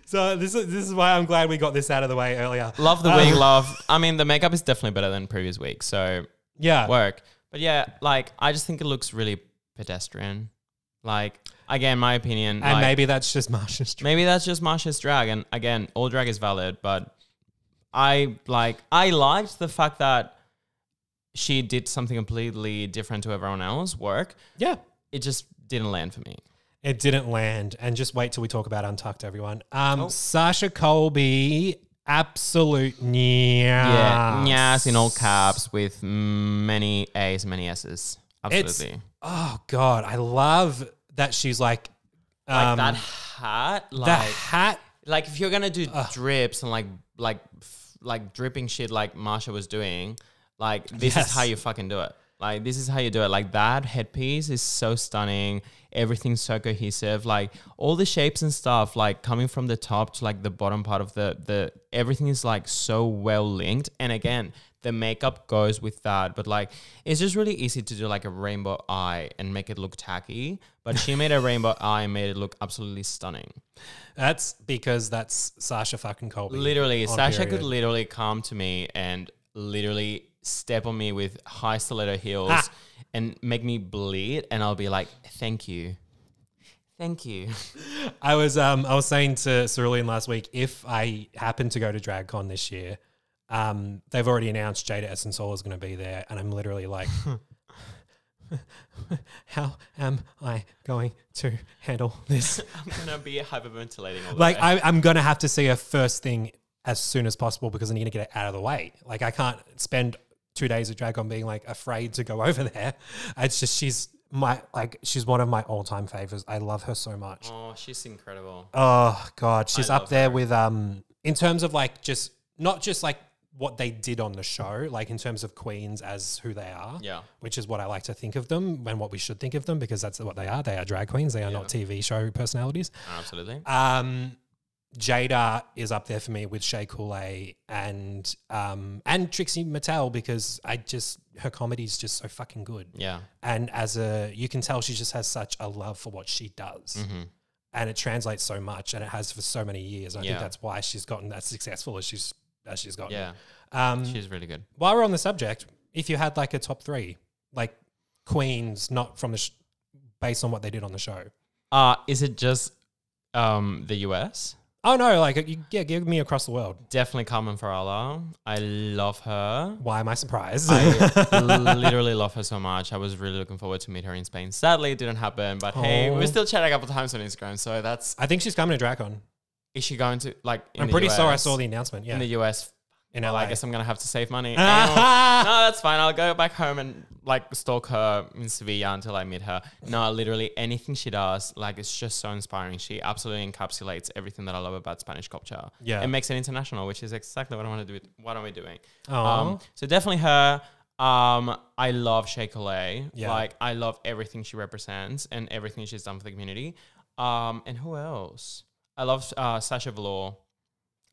Speaker 1: So this is this is why I'm glad we got this out of the way earlier.
Speaker 2: love the
Speaker 1: Uh,
Speaker 2: wig, love. I mean, the makeup is definitely better than previous week, so
Speaker 1: Yeah.
Speaker 2: work. But yeah, like I just think it looks really pedestrian. Like again, my opinion.
Speaker 1: And
Speaker 2: like,
Speaker 1: maybe that's just Marsha's dream.
Speaker 2: maybe that's just Marsha's drag, and again, all drag is valid. But I like I liked the fact that she did something completely different to everyone else. Work.
Speaker 1: Yeah.
Speaker 2: It just didn't land for me.
Speaker 1: It didn't land. And just wait till we talk about Untucked, everyone. Um,
Speaker 2: Oh.
Speaker 1: Sasha Colby, absolute
Speaker 2: Yeah,
Speaker 1: yeah.
Speaker 2: yes, in all caps with many A's, many S's.
Speaker 1: Ah. It's,
Speaker 2: Absolutely.
Speaker 1: oh, God. I love that she's like,
Speaker 2: like
Speaker 1: um,
Speaker 2: that hat, like
Speaker 1: the hat.
Speaker 2: like if you're gonna do drips and like like f- like dripping shit like Marsha was doing, like this
Speaker 1: Yes.
Speaker 2: is how you fucking do it. Like this is how you do it. Like that headpiece is so stunning. Everything's so cohesive. Like all the shapes and stuff, like coming from the top to like the bottom part of the the everything is like so well linked. And again, the makeup goes with that. But like it's just really easy to do like a rainbow eye and make it look tacky. But she made a rainbow eye and made it look absolutely stunning.
Speaker 1: That's because that's Sasha fucking Colby.
Speaker 2: Literally,
Speaker 1: on
Speaker 2: Sasha could
Speaker 1: period.
Speaker 2: literally come to me and literally step on me with high stiletto heels
Speaker 1: Ah.
Speaker 2: and make me bleed, and I'll be like, "Thank you, thank you." (laughs)
Speaker 1: I was um I was saying to Cerulean last week if I happen to go to DragCon this year, um they've already announced Jada Essence Hall is going to be there, and I'm literally like, (laughs) how am I going to handle this?
Speaker 2: I'm gonna be hyperventilating all the
Speaker 1: like
Speaker 2: way.
Speaker 1: I, I'm going to have to see her first thing as soon as possible because I need to get it out of the way. Like I can't spend two days at DragCon being like afraid to go (laughs) over there. It's just she's my like she's one of my all time favorites. I love her so much.
Speaker 2: oh, she's incredible.
Speaker 1: Oh god, she's up
Speaker 2: love
Speaker 1: there with um in terms of like just not just like what they did on the show, like in terms of queens as who they are.
Speaker 2: Yeah.
Speaker 1: Which is what I like to think of them and what we should think of them because that's what they are. They are drag queens. They are not TV show personalities.
Speaker 2: Absolutely.
Speaker 1: Um Jada is up there for me with Shea Coulee and um and Trixie Mattel because I just her comedy's just so fucking good
Speaker 2: Yeah.
Speaker 1: and as a you can tell she just has such a love for what she does
Speaker 2: Mm-hmm.
Speaker 1: and it translates so much and it has for so many years and i
Speaker 2: Yeah.
Speaker 1: think that's why she's gotten as successful as she's as she's gotten
Speaker 2: Yeah.
Speaker 1: um,
Speaker 2: She's really good.
Speaker 1: while we're on the subject if you had like a top three like queens not from the sh- based on what they did on the show
Speaker 2: Uh, is it just um the US?
Speaker 1: oh no like you, yeah give me across the world
Speaker 2: Definitely Carmen Farala. I love her.
Speaker 1: why am i surprised (laughs)
Speaker 2: I literally love her so much. I was really looking forward to meet her in Spain. Sadly, it didn't happen. But hey,
Speaker 1: Oh.
Speaker 2: we're still chatting a couple times on Instagram. So that's
Speaker 1: i think she's coming to dracon
Speaker 2: is she going to like? In
Speaker 1: i'm
Speaker 2: the
Speaker 1: pretty sure i
Speaker 2: US?
Speaker 1: saw the announcement yeah
Speaker 2: in the US.
Speaker 1: in
Speaker 2: Well,
Speaker 1: LA.
Speaker 2: I guess I'm gonna have to save
Speaker 1: (laughs)
Speaker 2: money. Ew. no, that's fine. I'll go back home and like stalk her in Sevilla until I meet her. No, literally anything she does, like it's just so inspiring. She absolutely encapsulates everything that I love about Spanish culture.
Speaker 1: Yeah.
Speaker 2: it makes it international, which is exactly what I want to do. With, what are we doing?
Speaker 1: Aw.
Speaker 2: Um, so definitely her. Um, I love Shea Coulee.
Speaker 1: Yeah.
Speaker 2: Like I love everything she represents and everything she's done for the community. Um, and who else? I love uh, Sasha Velour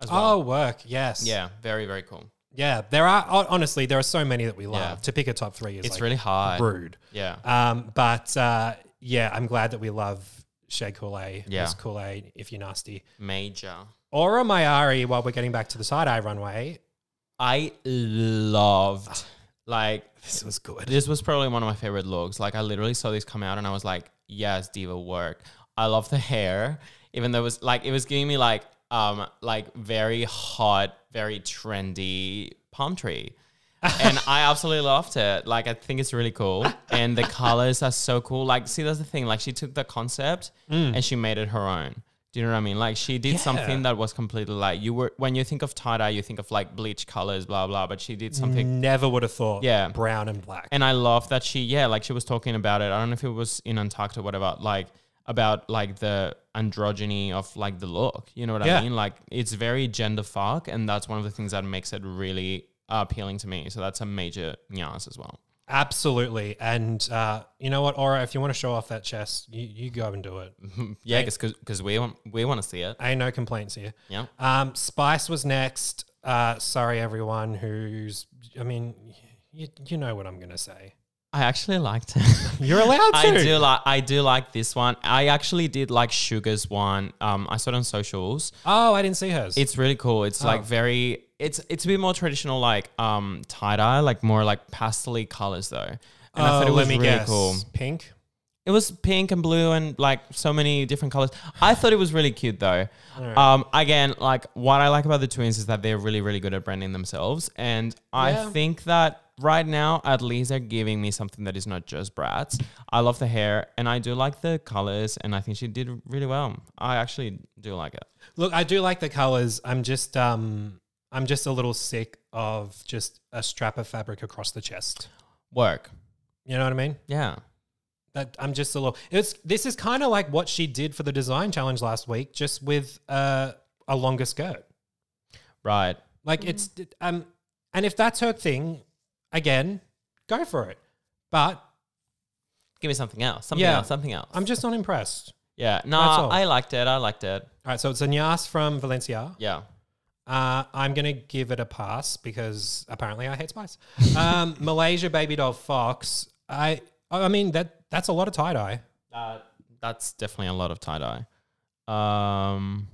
Speaker 2: as well.
Speaker 1: Oh, work. Yes.
Speaker 2: Yeah, very very cool.
Speaker 1: Yeah. There are hon- honestly there are so many that we love.
Speaker 2: Yeah.
Speaker 1: To pick a top three is
Speaker 2: It's
Speaker 1: like
Speaker 2: really hard.
Speaker 1: rude.
Speaker 2: Yeah.
Speaker 1: Um, but uh, yeah, I'm glad that we love Shea Coulee.
Speaker 2: Yeah.
Speaker 1: Miss Coulee, if you're nasty.
Speaker 2: Major.
Speaker 1: Aura Mayari, while we're getting back to the side eye runway.
Speaker 2: I loved like
Speaker 1: This was good.
Speaker 2: this was probably one of my favorite looks. Like I literally saw this come out and I was like, yes, diva work. I love the hair. Even though it was like it was giving me like um like very hot, very trendy palm tree. and I absolutely loved it. Like I think it's really cool. And the colors are so cool. Like, see, that's the thing. Like she took the concept and she made it her own. Do you know what I mean? Like she did something that was completely like you were when you think of tie dye, you think of like bleach colors, blah blah. But she did something
Speaker 1: Never would have thought
Speaker 2: Yeah.
Speaker 1: brown and black.
Speaker 2: and I love that she, yeah, like she was talking about it. I don't know if it was in Untucked or whatever, like about like the androgyny of like the look. You know what
Speaker 1: Yeah.
Speaker 2: I mean? Like it's very gender fuck, and that's one of the things that makes it really appealing to me. So that's a major nuance as well.
Speaker 1: Absolutely. And uh, you know what, Aura, if you want to show off that chest, you, you go and do it.
Speaker 2: Yeah, because we want we want to see it.
Speaker 1: Ain't no complaints here.
Speaker 2: Yeah,
Speaker 1: Um, Spice was next. Uh, sorry, everyone who's, I mean, you, you know what I'm going to say.
Speaker 2: I actually liked it.
Speaker 1: You're allowed to.
Speaker 2: (laughs) I do like I do like this one. I actually did like Sugar's one. Um, I saw it on socials.
Speaker 1: Oh, I didn't see hers.
Speaker 2: It's really cool. It's
Speaker 1: Oh.
Speaker 2: like very it's it's a bit more traditional like um tie dye, like more like pastely colors though. And I
Speaker 1: Oh,
Speaker 2: thought it
Speaker 1: let
Speaker 2: was
Speaker 1: me
Speaker 2: really
Speaker 1: guess.
Speaker 2: cool.
Speaker 1: Pink.
Speaker 2: It was pink and blue and like so many different colors. I thought it was really cute though. Um again, like what I like about the twins is that they're really really good at branding themselves and
Speaker 1: Yeah.
Speaker 2: I think that right now at least they're giving me something that is not just brats. I love the hair and I do like the colors and I think she did really well. I actually do like it.
Speaker 1: Look, I do like the colors. I'm just, um, I'm just a little sick of just a strap of fabric across the chest.
Speaker 2: Work.
Speaker 1: You know what I mean?
Speaker 2: Yeah.
Speaker 1: That I'm just a little. It's this is kind of like what she did for the design challenge last week, just with uh, a longer skirt.
Speaker 2: Right.
Speaker 1: Like it's um, and if that's her thing, again, go for it. But
Speaker 2: give me something else, something
Speaker 1: Yeah.
Speaker 2: else, something else.
Speaker 1: I'm just not impressed.
Speaker 2: yeah, no,
Speaker 1: That's all.
Speaker 2: I liked it. I liked it.
Speaker 1: All right, so it's Anyas from Valencia.
Speaker 2: Yeah,
Speaker 1: Uh, I'm gonna give it a pass because apparently I hate spice. Um,
Speaker 2: (laughs)
Speaker 1: Malaysia baby doll fox. I I mean that that's a lot of tie dye.
Speaker 2: uh, that's definitely a lot of tie dye. Um,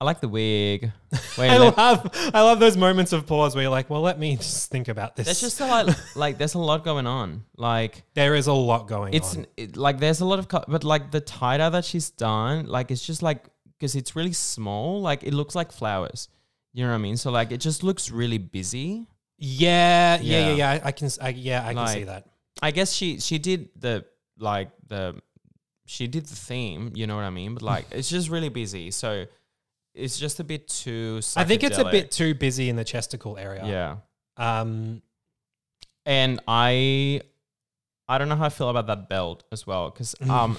Speaker 2: I like the
Speaker 1: (laughs)
Speaker 2: wig. Wait,
Speaker 1: I
Speaker 2: let,
Speaker 1: love I love those moments of pause where you're like, well, let me just think about this.
Speaker 2: there's just
Speaker 1: (laughs)
Speaker 2: a lot. Like, there's a lot going on. Like,
Speaker 1: there is a lot going
Speaker 2: it's
Speaker 1: on.
Speaker 2: it, like there's a lot of, co- but like the tie dye that she's done, like it's just like because it's really small. Like it looks like flowers. You know what I mean? So like it just looks really busy.
Speaker 1: Yeah, yeah, yeah,
Speaker 2: Yeah.
Speaker 1: yeah. I, I can, s- I, yeah, I can see
Speaker 2: Like-
Speaker 1: that.
Speaker 2: I guess she she did the like the she did the theme, you know what I mean? But
Speaker 1: (laughs)
Speaker 2: like it's just really busy. So it's just a bit too
Speaker 1: I think it's a
Speaker 2: psychedelic.
Speaker 1: bit too busy in the chesticle area.
Speaker 2: Yeah.
Speaker 1: Yeah. Um,
Speaker 2: And I I don't know how I feel about that belt as well
Speaker 1: (laughs)
Speaker 2: cuz um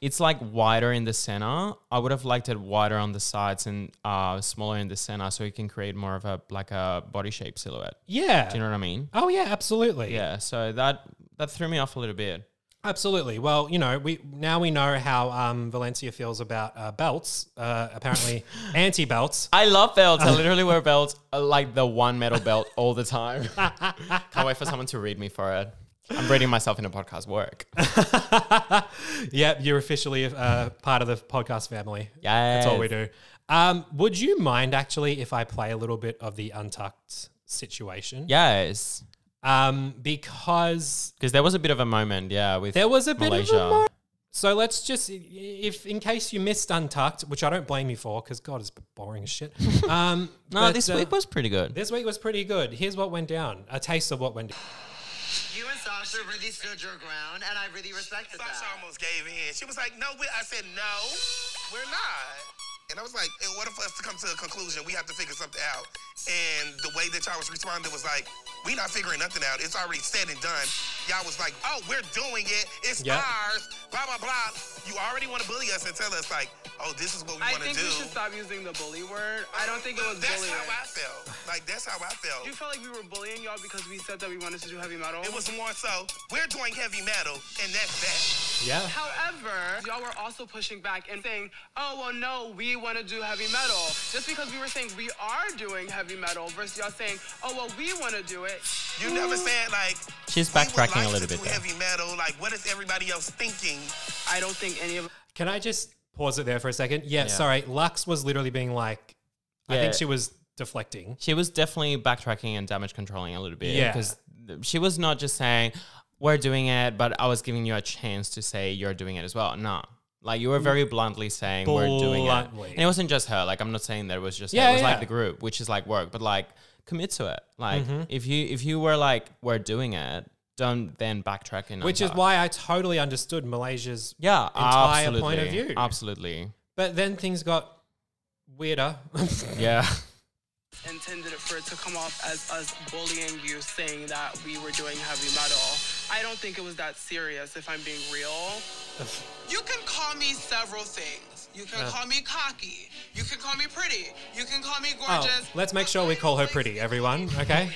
Speaker 2: it's like wider in the center. I would have liked it wider on the sides and uh smaller in the center so you can create more of a like a body shape silhouette.
Speaker 1: yeah.
Speaker 2: Do you know what I mean?
Speaker 1: Oh yeah, absolutely.
Speaker 2: Yeah, so that that threw me off a little bit.
Speaker 1: Absolutely. Well, you know, we now we know how um, Valencia feels about uh, belts. Uh,
Speaker 2: (laughs)
Speaker 1: apparently, anti-belts.
Speaker 2: I love
Speaker 1: (laughs)
Speaker 2: belts. I literally wear belts uh, like the one metal belt all the time. (laughs) Can't wait for someone to read me for it. I'm reading myself in a podcast work.
Speaker 1: yep, you're officially uh, part of the podcast family. (laughs)
Speaker 2: Yeah,
Speaker 1: that's all we do. Um, would you mind actually if I play a little bit of the untucked situation?
Speaker 2: Yes,
Speaker 1: Um, because
Speaker 2: because there was a bit of a moment, yeah, with
Speaker 1: there was a bit
Speaker 2: Malaysia.
Speaker 1: of a. Mo- so let's just, if in case you missed Untucked, which I don't blame you for, because God is boring as
Speaker 2: (laughs)
Speaker 1: shit. Um,
Speaker 2: no,
Speaker 1: but,
Speaker 2: this
Speaker 1: uh,
Speaker 2: week was pretty good.
Speaker 1: This week was pretty good. Here's what went down. A taste of what went down.
Speaker 3: You and Sasha really stood your ground, and I really respected
Speaker 4: Sasha
Speaker 3: that.
Speaker 4: almost gave in. She was like, "No, we." I said, "No, we're not." And I was like, in order for us to come to a conclusion, we have to figure something out. And the way that y'all was responding was like, we not figuring nothing out. It's already said and done. Y'all was like, oh, we're doing it. It's
Speaker 2: Yeah.
Speaker 4: ours. Blah, blah, blah. You already want to bully us and tell us, like, oh, this is what we
Speaker 5: I
Speaker 4: want to
Speaker 5: think
Speaker 4: do.
Speaker 5: we should stop using the bully word. I don't think it was
Speaker 4: That's
Speaker 5: bullying.
Speaker 4: how I felt. Like, that's how I felt.
Speaker 5: You felt like we were bullying y'all because we said that we wanted to do heavy metal.
Speaker 4: It was more so, we're doing heavy metal, and that's that.
Speaker 2: Yeah.
Speaker 5: However, y'all were also pushing back and saying, oh, well, no, we want to do heavy metal. Just because we were saying we are doing heavy metal versus y'all saying, oh, well, we want to do it.
Speaker 4: You never said, like,
Speaker 2: She's
Speaker 4: we would
Speaker 2: backtracking
Speaker 4: like
Speaker 2: a little
Speaker 4: to
Speaker 2: bit
Speaker 4: do
Speaker 2: there.
Speaker 4: heavy metal. Like, what is everybody else thinking?
Speaker 5: I don't think any of
Speaker 1: Can I just pause it there for a second? Yeah, sorry. Lux was literally being like, I
Speaker 2: Yeah.
Speaker 1: think she was deflecting.
Speaker 2: She was definitely backtracking and damage controlling a little bit.
Speaker 1: Yeah.
Speaker 2: Because she was not just saying, we're doing it, but I was giving you a chance to say you're doing it as well. No. Like you were very bluntly saying we're doing it.
Speaker 1: Bluntly.
Speaker 2: And it wasn't just her. Like I'm not saying that it was just her.
Speaker 1: Yeah,
Speaker 2: It was
Speaker 1: yeah.
Speaker 2: like the group, which is like work, but like commit to it. Like
Speaker 1: Mm-hmm.
Speaker 2: if you if you were like, we're doing it, don't then backtrack and
Speaker 1: Which is why I totally understood Malaysia's.
Speaker 2: yeah,
Speaker 1: entire
Speaker 2: absolutely.
Speaker 1: point of view.
Speaker 2: Absolutely.
Speaker 1: But then things got (laughs) weirder. Oh,
Speaker 2: Yeah. (laughs)
Speaker 5: us intended it for it to come off as us bullying you, saying that we were doing heavy metal. I don't think it was that serious, if I'm being real.
Speaker 6: You can call me several things. You can call me cocky. You can call me pretty. You can call me
Speaker 1: oh,
Speaker 6: gorgeous.
Speaker 1: let's make sure we call her pretty, everyone. Okay.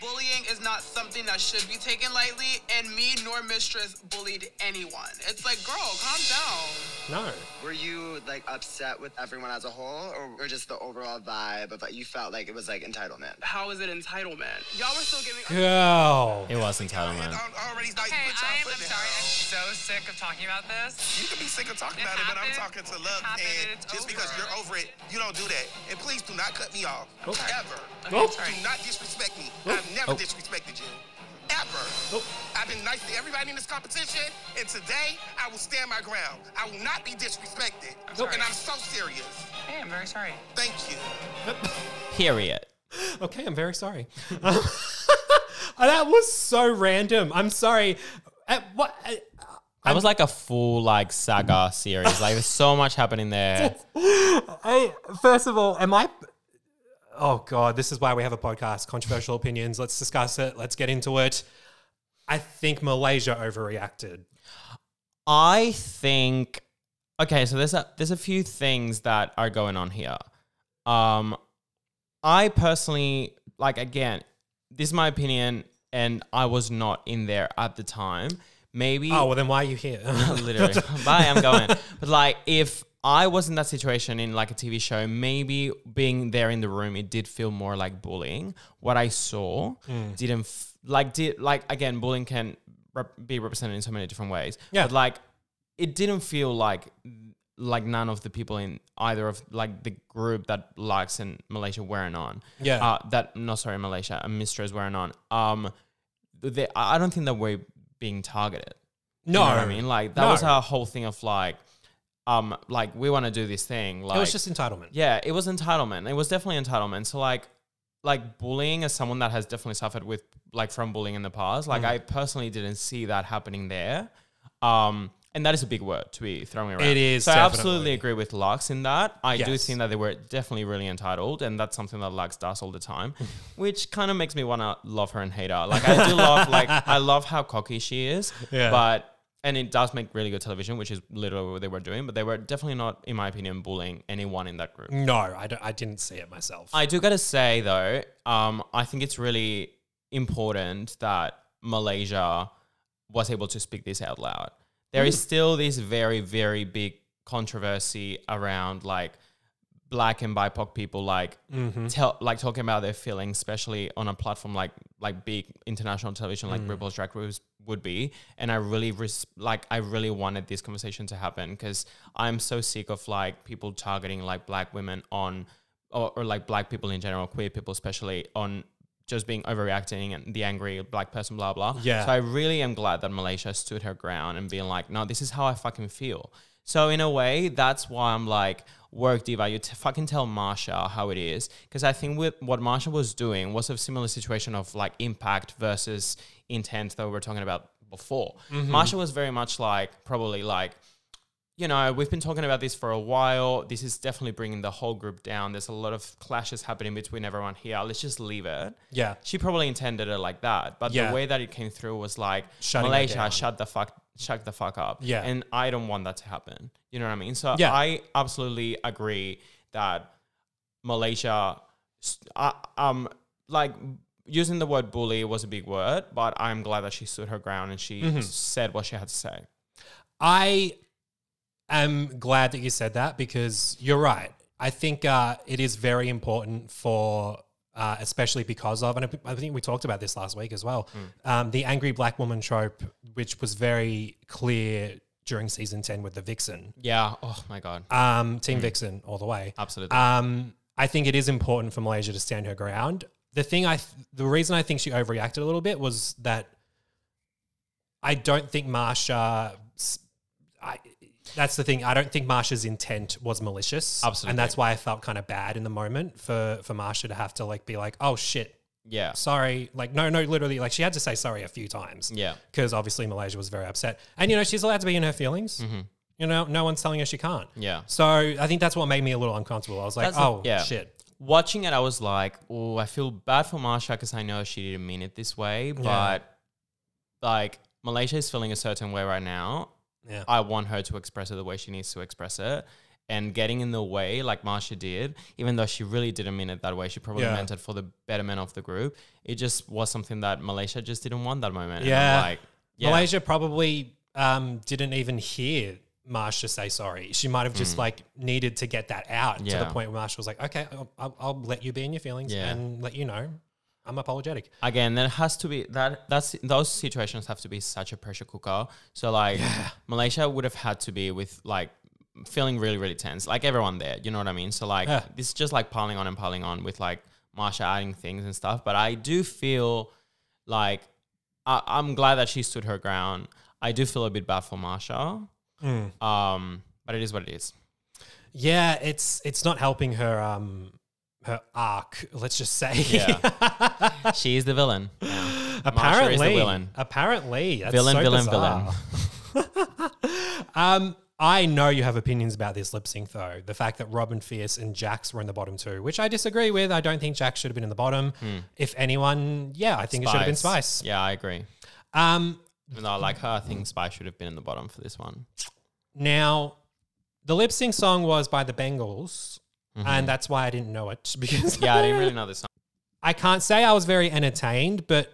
Speaker 6: Bullying is not something that should be taken lightly, and me nor mistress bullied anyone. It's like, girl, calm down.
Speaker 1: No.
Speaker 3: Were you like upset with everyone as a whole, or, or just the overall vibe of you felt like it was like entitlement?
Speaker 5: How is it entitlement? Y'all were still giving.
Speaker 1: Girl.
Speaker 2: It was
Speaker 4: And
Speaker 2: entitlement.
Speaker 4: I already like,
Speaker 7: Okay,
Speaker 4: put y'all
Speaker 7: I am.
Speaker 4: foot
Speaker 7: I'm
Speaker 4: down.
Speaker 7: sorry. I'm so sick of talking about this.
Speaker 4: You can be sick of talking
Speaker 7: It
Speaker 4: about it, but I'm talking to
Speaker 7: happened. It
Speaker 4: love
Speaker 7: happened,
Speaker 4: and
Speaker 7: it's
Speaker 4: just because
Speaker 7: over.
Speaker 4: you're over it, you don't do that. And please do not cut me off. Ever.
Speaker 1: Oh.
Speaker 4: Do not disrespect me. I've
Speaker 2: Oh.
Speaker 4: never disrespected you. Ever. I've been nice to everybody in this competition, and today I will stand my ground. I will not be disrespected.
Speaker 7: sorry.
Speaker 4: And I'm so serious.
Speaker 7: Hey, I'm very sorry.
Speaker 4: Thank you.
Speaker 2: Period.
Speaker 1: Okay, I'm very sorry. (laughs) Oh, that was so random. I'm sorry. Uh, what? uh,
Speaker 2: That was like a full like saga series. Like there's so much happening there.
Speaker 1: Hey, first of all, am I? Oh God, this is why we have a podcast. Controversial opinions. Let's discuss it. Let's get into it. I think Malaysia overreacted.
Speaker 2: I think okay, so there's a there's a few things that are going on here. Um I personally like again, this is my opinion and I was not in there at the time. Maybe
Speaker 1: Oh well, then why are you (laughs) here?
Speaker 2: (laughs) literally. Bye, I'm going. But like, if I was in that situation in like a TV show, maybe being there in the room, it did feel more like bullying. What I saw
Speaker 1: Mm.
Speaker 2: didn't f- like did like again, bullying can rep- be represented in so many different ways.
Speaker 1: Yeah.
Speaker 2: but like it didn't feel like like none of the people in either of like the group that likes in Malaysia weren't on.
Speaker 1: Yeah.
Speaker 2: uh, that no, sorry, Malaysia, uh, mistress weren't on. Um, they, I I don't think that we're being targeted.
Speaker 1: no,
Speaker 2: You know what I mean? Like that
Speaker 1: No.
Speaker 2: was our whole thing of like, um, like we want to do this thing. Like
Speaker 1: it was just entitlement.
Speaker 2: yeah, it was entitlement. It was definitely entitlement. So like, like bullying as someone that has definitely suffered with like from bullying in the past.
Speaker 1: Mm.
Speaker 2: Like I personally didn't see that happening there. Um, and that is a big word to be throwing around.
Speaker 1: It is,
Speaker 2: So I
Speaker 1: definitely.
Speaker 2: absolutely agree with Lux in that. I do
Speaker 1: Yes.
Speaker 2: think that they were definitely really entitled, and that's something that Lux does all the
Speaker 1: (laughs)
Speaker 2: time, which kind of makes me want to love her and hate her. Like I do love,
Speaker 1: (laughs)
Speaker 2: like I love how cocky she is,
Speaker 1: Yeah.
Speaker 2: but. And it does make really good television, which is literally what they were doing. But they were definitely not, in my opinion, bullying anyone in that group.
Speaker 1: No, I don't, I didn't see it myself.
Speaker 2: I do gotta say though, um, I think it's really important that Malaysia was able to speak this out loud. There is still this very, very big controversy around like black and BIPOC people like tell like talking about their feelings, especially on a platform like like big international television like RuPaul's Drag Race would be. And I really res- like I really wanted this conversation to happen because I'm so sick of like people targeting like black women on or, or like black people in general, queer people especially on just being overreacting and the angry black person, blah blah.
Speaker 1: Yeah.
Speaker 2: So I really am glad that Malaysia stood her ground and being like, no, this is how I fucking feel. So in a way, that's why I'm like, work diva, you t- fucking tell Marsha how it is, because I think with what Marsha was doing was a similar situation of like impact versus intent that we were talking about before. Marsha was very much like probably like, you know, we've been talking about this for a while. This is definitely bringing the whole group down. There's a lot of clashes happening between everyone here. Let's just leave it.
Speaker 1: Yeah.
Speaker 2: She probably intended it like that, but
Speaker 1: Yeah.
Speaker 2: the way that it came through was like
Speaker 1: Shutting her
Speaker 2: Malaysia,
Speaker 1: down.
Speaker 2: shut the fuck, shut the fuck up.
Speaker 1: Yeah.
Speaker 2: and I don't want that to happen. You know what I mean? So
Speaker 1: Yeah.
Speaker 2: I absolutely agree that Malaysia, s- I, um, like using the word bully was a big word, but I'm glad that she stood her ground and she
Speaker 1: Mm-hmm.
Speaker 2: said what she had to say.
Speaker 1: I am glad that you said that because you're right. I think uh, it is very important for, uh, especially because of, and I- I think we talked about this last week as well,
Speaker 2: Hmm.
Speaker 1: um, the angry black woman trope, which was very clear during season 10 with the Vixen,
Speaker 2: Yeah. Oh my god.
Speaker 1: um, Team
Speaker 2: Hmm.
Speaker 1: Vixen all the way.
Speaker 2: Absolutely.
Speaker 1: Um, I think it is important for Malaysia to stand her ground. The thing I, th- the reason I think she overreacted a little bit was that I don't think Marsha. s- I, that's the thing. I don't think Marsha's intent was malicious.
Speaker 2: Absolutely.
Speaker 1: and that's why I felt kind of bad in the moment for for Marsha to have to like be like, oh shit,
Speaker 2: yeah.
Speaker 1: sorry. Like no, no, literally, like she had to say sorry a few times.
Speaker 2: Yeah.
Speaker 1: because obviously Malaysia was very upset, and you know she's allowed to be in her feelings.
Speaker 2: Mm-hmm.
Speaker 1: You know, no one's telling her she can't.
Speaker 2: Yeah.
Speaker 1: So I think that's what made me a little uncomfortable. I was like,
Speaker 2: That's the-
Speaker 1: oh
Speaker 2: yeah.
Speaker 1: shit.
Speaker 2: Watching it, I was like, oh, I feel bad for Marsha because I know she didn't mean it this way, but like Malaysia is feeling a certain way right now.
Speaker 1: Yeah.
Speaker 2: I want her to express it the way she needs to express it. And getting in the way like Marsha did, even though she really didn't mean it that way, she probably
Speaker 1: Yeah.
Speaker 2: meant it for the betterment of the group. It just was something that Malaysia just didn't want that moment. And I'm
Speaker 1: Yeah.
Speaker 2: like, yeah.
Speaker 1: Malaysia probably um, didn't even hear Marsha say sorry. She might have just like needed to get that out to
Speaker 2: Mm. Yeah.
Speaker 1: the point where Marsha was like, okay, I'll, I'll, I'll let you be in your feelings
Speaker 2: Yeah.
Speaker 1: and let you know I'm apologetic.
Speaker 2: again that has to be that that's those situations have to be such a pressure cooker so like malaysia would have had to be with like feeling really really tense like everyone there you know what i mean so like
Speaker 1: Yeah.
Speaker 2: this is just like piling on and piling on with like marsha adding things and stuff but i do feel like I, i'm glad that she stood her ground i do feel a bit bad for marsha
Speaker 1: Hmm.
Speaker 2: um but it is what it
Speaker 1: (laughs)
Speaker 2: is
Speaker 1: Yeah, it's it's not helping her um her arc. Let's just say. (laughs)
Speaker 2: Yeah. (laughs) she is the villain now.
Speaker 1: apparently,
Speaker 2: villain.
Speaker 1: apparently, that's
Speaker 2: villain
Speaker 1: so
Speaker 2: villain
Speaker 1: bizarre.
Speaker 2: villain
Speaker 1: (laughs) Um, I know you have opinions about this lip sync though. The fact that Robin Fierce and Jax were in the bottom two, which I disagree with. I don't think Jax should have been in the bottom.
Speaker 2: Hmm.
Speaker 1: If anyone, yeah, I think it should have been Spice.
Speaker 2: yeah i agree
Speaker 1: Um,
Speaker 2: Even though I like her, I think Spice should have been in the bottom for this one.
Speaker 1: now, the lip sync song was by the Bengals,
Speaker 2: Mm-hmm.
Speaker 1: and that's why I didn't know it (laughs) because
Speaker 2: Yeah, I didn't really know this song.
Speaker 1: I can't say I was very entertained, but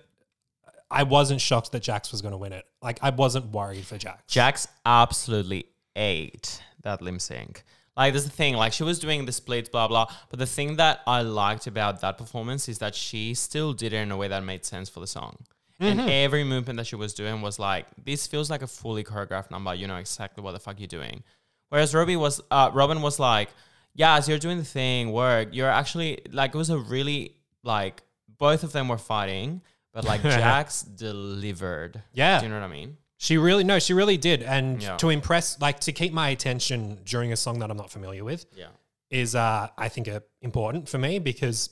Speaker 1: I wasn't shocked that Jax was going to win it. Like I wasn't worried for Jax.
Speaker 2: Jax absolutely ate that lip sync. Like, there's the thing, like, she was doing the splits, blah, blah. But the thing that I liked about that performance is that she still did it in a way that made sense for the song. And every movement that she was doing was like, this feels like a fully choreographed number. You know exactly what the fuck you're doing. Whereas Robbie was, uh, Robin was like, yeah, so you're doing the thing, work. You're actually, like, it was a really, like, both of them were fighting, but like, Jax delivered.
Speaker 1: Yeah.
Speaker 2: Do you know what I mean?
Speaker 1: She really no, she really did, and
Speaker 2: Yeah.
Speaker 1: to impress, like to keep my attention during a song that I'm not familiar with,
Speaker 2: Yeah.
Speaker 1: is uh, I think uh, important for me because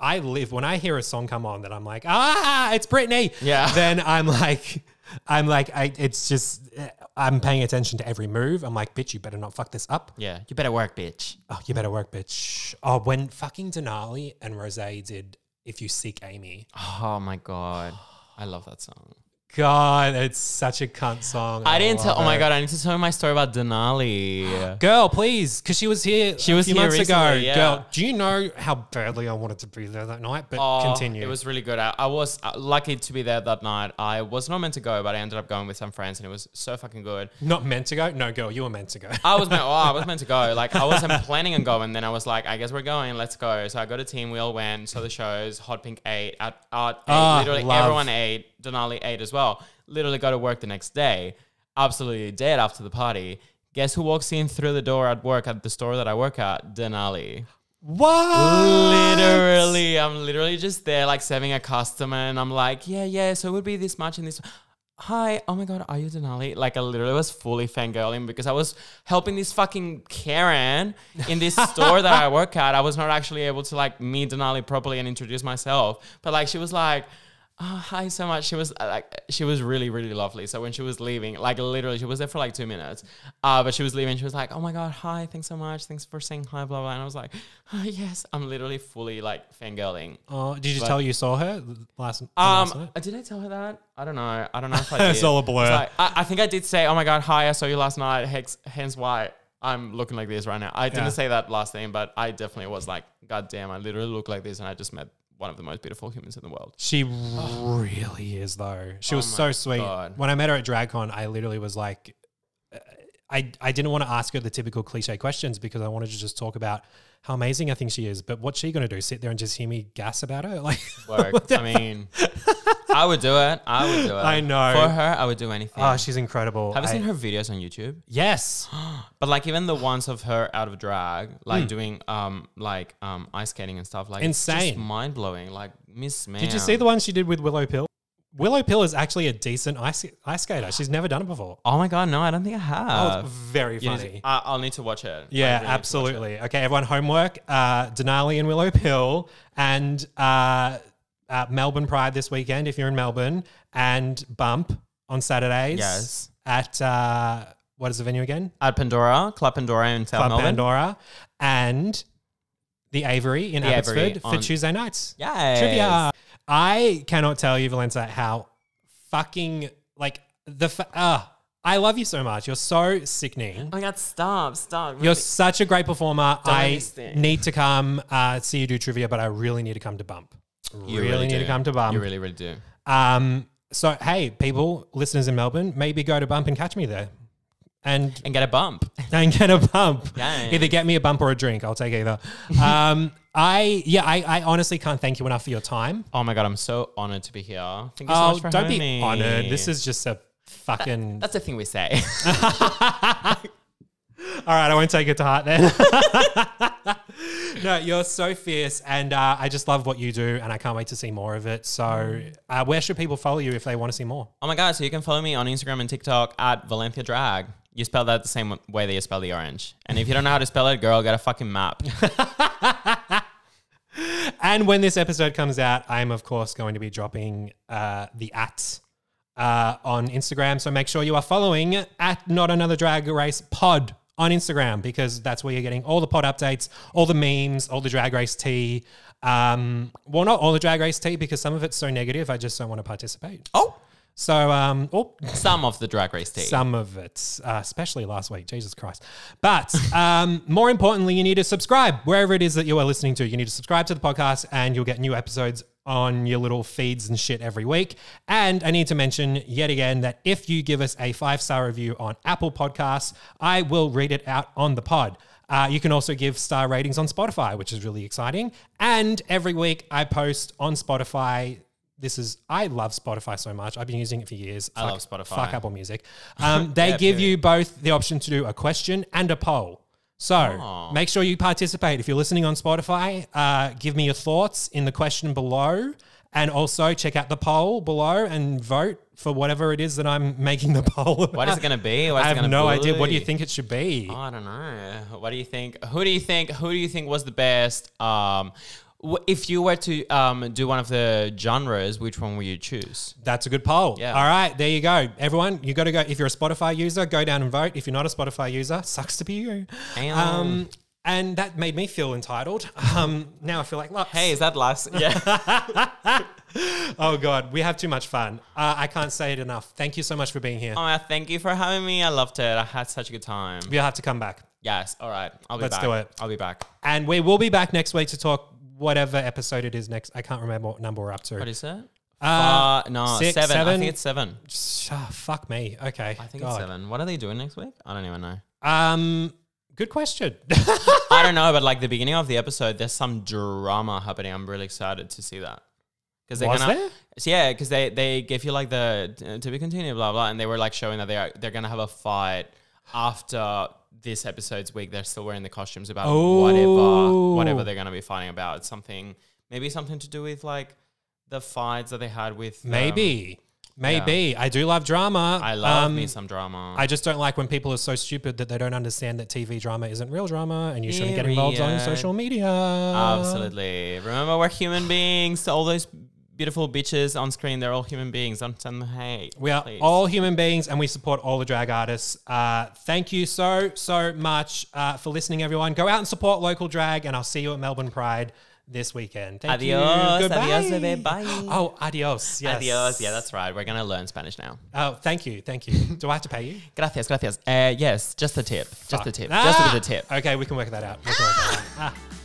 Speaker 1: I live when I hear a song come on that I'm like, ah, it's Britney.
Speaker 2: Yeah. (laughs)
Speaker 1: Then I'm like, I'm like, I, it's just uh, I'm paying attention to every move. I'm like, bitch, you better not fuck this up.
Speaker 2: Yeah, you better work, bitch.
Speaker 1: Oh, you better work, bitch. Oh, when fucking Denali and Rose did "If You Seek Amy,"
Speaker 2: Oh my god, (sighs) I love that song.
Speaker 1: God, it's such a cunt song.
Speaker 2: I didn't tell.
Speaker 1: love
Speaker 2: Oh my
Speaker 1: it.
Speaker 2: god, I need to tell you my story about (gasps) Denali.
Speaker 1: Girl, please, because she was here.
Speaker 2: She
Speaker 1: a
Speaker 2: was
Speaker 1: few
Speaker 2: here
Speaker 1: months ago.
Speaker 2: recently, yeah.
Speaker 1: Girl, do you know how badly I wanted to be there that night? But
Speaker 2: Oh,
Speaker 1: continue.
Speaker 2: It was really good. I, I was uh, lucky to be there that night. I was not meant to go, but I ended up going with some friends, and it was so fucking good.
Speaker 1: not meant to go. No, girl, you were meant to go.
Speaker 2: I was meant. Oh, I was meant to go. Like I wasn't planning on going. Then I was like, I guess we're going. Let's go. So I got a team. We all went. Saw the shows. Hot Pink ate. At art ate.
Speaker 1: Ah,
Speaker 2: literally
Speaker 1: love.
Speaker 2: everyone ate. Denali ate as well. Literally got to work the next day. Absolutely dead after the party. Guess who walks in through the door at work at the store that I work at? Denali.
Speaker 1: (laughs) what?
Speaker 2: Literally, I'm literally just there, like serving a customer, and I'm like, yeah, yeah. So it would be this much and this. Hi, oh my god, are you Denali? Like I literally was fully fangirling because I was helping this fucking Karen in this store that I work at. I was not actually able to like meet Denali properly and introduce myself, but like she was like. oh, hi so much. She was uh, like, she was really, really lovely. So when she was leaving, like literally, she was there for like two minutes. Uh, but she was leaving. She was like, oh my God, hi, thanks so much. Thanks for saying hi, blah, blah. And I was like, oh, yes, I'm literally fully like fangirling.
Speaker 1: Oh, did you tell you saw her last, um,
Speaker 2: Um,
Speaker 1: last night?
Speaker 2: uh, did I tell her that? I don't know. I don't know
Speaker 1: (laughs)
Speaker 2: if I did.
Speaker 1: It's all a blur.
Speaker 2: It's like, I, I think I did say, "Oh my god, hi! I saw you last night. Hex, hence why I'm looking like this right now." I didn't
Speaker 1: Yeah.
Speaker 2: say that last thing, but I definitely was like, "God damn! I literally look like this, and I just met one of the most beautiful humans in the world."
Speaker 1: She really is though. She was so
Speaker 2: Oh my
Speaker 1: sweet.
Speaker 2: God.
Speaker 1: When I met her at DragCon, I literally was like, uh, I I didn't want to ask her the typical cliche questions because I wanted to just talk about how amazing I think she is. But what's she gonna do? Sit there and just hear me gas about her? (laughs) Like,
Speaker 2: Work. I mean, I would do it. I would do it.
Speaker 1: I know.
Speaker 2: For her, I would do anything.
Speaker 1: oh, she's incredible.
Speaker 2: Have you
Speaker 1: I-
Speaker 2: seen her videos on YouTube? (gasps)
Speaker 1: Yes.
Speaker 2: But like even the ones of her out of drag,
Speaker 1: Hmm.
Speaker 2: like doing um like um ice skating and stuff, like it's just
Speaker 1: Insane.
Speaker 2: mind blowing. Like Miss Man.
Speaker 1: Did you see the one she did with Willow Pill? Willow Pill is actually a decent ice ice skater. She's never done it before.
Speaker 2: Oh my god, no, I don't think I
Speaker 1: Oh,
Speaker 2: have.
Speaker 1: it's very
Speaker 2: You need
Speaker 1: funny.
Speaker 2: to- I, I'll need to watch it. I
Speaker 1: Yeah,
Speaker 2: really need to watch it.
Speaker 1: absolutely. Okay, everyone, homework. Uh, Denali and Willow Pill and uh, uh, Melbourne Pride this weekend if you're in Melbourne and Bump on Saturdays.
Speaker 2: Yes.
Speaker 1: At uh, what is the venue again?
Speaker 2: At Pandora, Club Pandora in South
Speaker 1: Club
Speaker 2: Melbourne.
Speaker 1: Pandora and the Avery in
Speaker 2: The
Speaker 1: Abbotsford
Speaker 2: Avery
Speaker 1: for
Speaker 2: on-
Speaker 1: Tuesday nights.
Speaker 2: Yes.
Speaker 1: Trivia. I cannot tell you, Valenza, how fucking like the. Fa- uh, I love you so much. You're so sickening.
Speaker 2: Oh my god, stop, stop.
Speaker 1: You're such a great performer. I
Speaker 2: this thing.
Speaker 1: need to come uh, see you do trivia, but I really need to come to Bump.
Speaker 2: You
Speaker 1: really need to
Speaker 2: do.
Speaker 1: come to Bump.
Speaker 2: You really, really do.
Speaker 1: um, so, hey, people, listeners in Melbourne, maybe go to Bump and catch me there.
Speaker 2: (laughs)
Speaker 1: And
Speaker 2: And get a bump.
Speaker 1: and get a bump.
Speaker 2: Yes.
Speaker 1: Either get me a bump or a drink. I'll take
Speaker 2: (laughs)
Speaker 1: either. Um, I yeah, I, I honestly can't thank you enough for your time.
Speaker 2: Oh my god, I'm so honored to be here. Thank you so
Speaker 1: Oh,
Speaker 2: much for
Speaker 1: don't
Speaker 2: having
Speaker 1: be
Speaker 2: me.
Speaker 1: honored. This is just a fucking.
Speaker 2: (laughs) that's the thing we say.
Speaker 1: All right, I won't take it to heart
Speaker 2: (laughs)
Speaker 1: then. no, you're so fierce, and uh, I just love what you do, and I can't wait to see more of it. So,
Speaker 2: Mm.
Speaker 1: uh, where should people follow you if they want to see more?
Speaker 2: oh my god, so you can follow me on Instagram and TikTok at Valencia Drag. You spell that the same way that you spell the orange. And if you don't know how to spell it, girl, get a fucking map. (laughs)
Speaker 1: (laughs) And when this episode comes out, I'm of course going to be dropping uh, the at uh, on Instagram. So make sure you are following at Not Another Drag Race Pod on Instagram because that's where you're getting all the pod updates, all the memes, all the drag race tea. Um, well, not all the drag race tea because some of it's so negative. I just don't want to participate.
Speaker 2: oh,
Speaker 1: So, um, oh,
Speaker 2: some of the drag race tea.
Speaker 1: some of it, uh, especially last week. Jesus Christ. But um, more importantly, you need to subscribe wherever it is that you are listening to. You need to subscribe to the podcast and you'll get new episodes on your little feeds and shit every week. And I need to mention yet again that if you give us a five star review on Apple Podcasts, I will read it out on the pod. Uh, you can also give star ratings on Spotify, which is really exciting. And every week I post on Spotify. This is, I love Spotify so much. I've been using it for years. I
Speaker 2: love Spotify.
Speaker 1: Fuck Apple Music.
Speaker 2: (laughs)
Speaker 1: Um, they
Speaker 2: Yeah,
Speaker 1: give
Speaker 2: period.
Speaker 1: you both the option to do a question and a poll. So make sure you participate. If you're listening on Spotify, uh, give me your thoughts in the question below. And also check out the poll below and vote for whatever it is that I'm (laughs) making the poll.
Speaker 2: What is it going to be? What is
Speaker 1: I
Speaker 2: it
Speaker 1: have
Speaker 2: gonna
Speaker 1: no
Speaker 2: be?
Speaker 1: idea. What do you think it should be?
Speaker 2: I don't know. What do you think? Who do you think? Who do you think was the best? Um, wh- if you were to um, do one of the genres, which one would you choose?
Speaker 1: That's a good poll.
Speaker 2: Yeah.
Speaker 1: All right, there you go. Everyone, you got to go. If you're a Spotify user, go down and vote. If you're not a Spotify user, sucks to be you.
Speaker 2: Damn.
Speaker 1: Um, and that made me feel entitled. Um, now I feel like, lots.
Speaker 2: Hey, is that last? (laughs)
Speaker 1: (laughs)
Speaker 2: Yeah.
Speaker 1: oh God, we have too much fun. Uh, I can't say it enough. Thank you so much for being here.
Speaker 2: oh, my, thank you for having me. I loved it. I had such a good time.
Speaker 1: We'll have to come back.
Speaker 2: Yes. All right. I'll be
Speaker 1: Let's
Speaker 2: back.
Speaker 1: do it.
Speaker 2: I'll be back.
Speaker 1: And we will be back next week to talk whatever episode it is next. I can't remember what number we're up to.
Speaker 2: What is it?
Speaker 1: Uh,
Speaker 2: Uh, no,
Speaker 1: six,
Speaker 2: seven. I
Speaker 1: seven?
Speaker 2: think it's seven.
Speaker 1: Ah, fuck me. Okay.
Speaker 2: I think it's seven. What are they doing next week? I don't even know.
Speaker 1: Um, good question. (laughs)
Speaker 2: I don't know, but like the beginning of the episode, there's some drama happening. I'm really excited to see that. Cause they're
Speaker 1: Was
Speaker 2: gonna,
Speaker 1: there?
Speaker 2: So yeah, because they they give you like the uh, to be continued, blah blah, and they were like showing that they are they're gonna have a fight after this episode's week. They're still wearing the costumes about
Speaker 1: Oh.
Speaker 2: whatever whatever they're gonna be fighting about. It's something maybe something to do with like the fights that they had with um,
Speaker 1: Maybe. Maybe. I do love drama.
Speaker 2: I love
Speaker 1: Um,
Speaker 2: me some drama.
Speaker 1: I just don't like when people are so stupid that they don't understand that TV drama isn't real drama and you shouldn't get involved on
Speaker 2: Period.
Speaker 1: social media.
Speaker 2: Absolutely. Remember, we're human beings. All those beautiful bitches on screen. They're all human beings. Don't send them hate.
Speaker 1: We are
Speaker 2: please.
Speaker 1: all human beings and we support all the drag artists. Uh, thank you so, so much uh, for listening, everyone. Go out and support local drag, and I'll see you at Melbourne Pride this weekend. Thank
Speaker 2: Adios,
Speaker 1: you. Goodbye.
Speaker 2: adios, bebé. Bye.
Speaker 1: Oh, adios. Yes.
Speaker 2: Adios. Yeah, that's right. We're gonna learn Spanish now.
Speaker 1: Oh, thank you. Thank you. Do I have to pay you?
Speaker 2: Gracias, gracias. Uh, yes, just a tip. Just a
Speaker 1: Fuck.
Speaker 2: tip. Just a bit of
Speaker 1: Ah!
Speaker 2: a tip.
Speaker 1: Okay, we can work that out. We can work that out. Ah.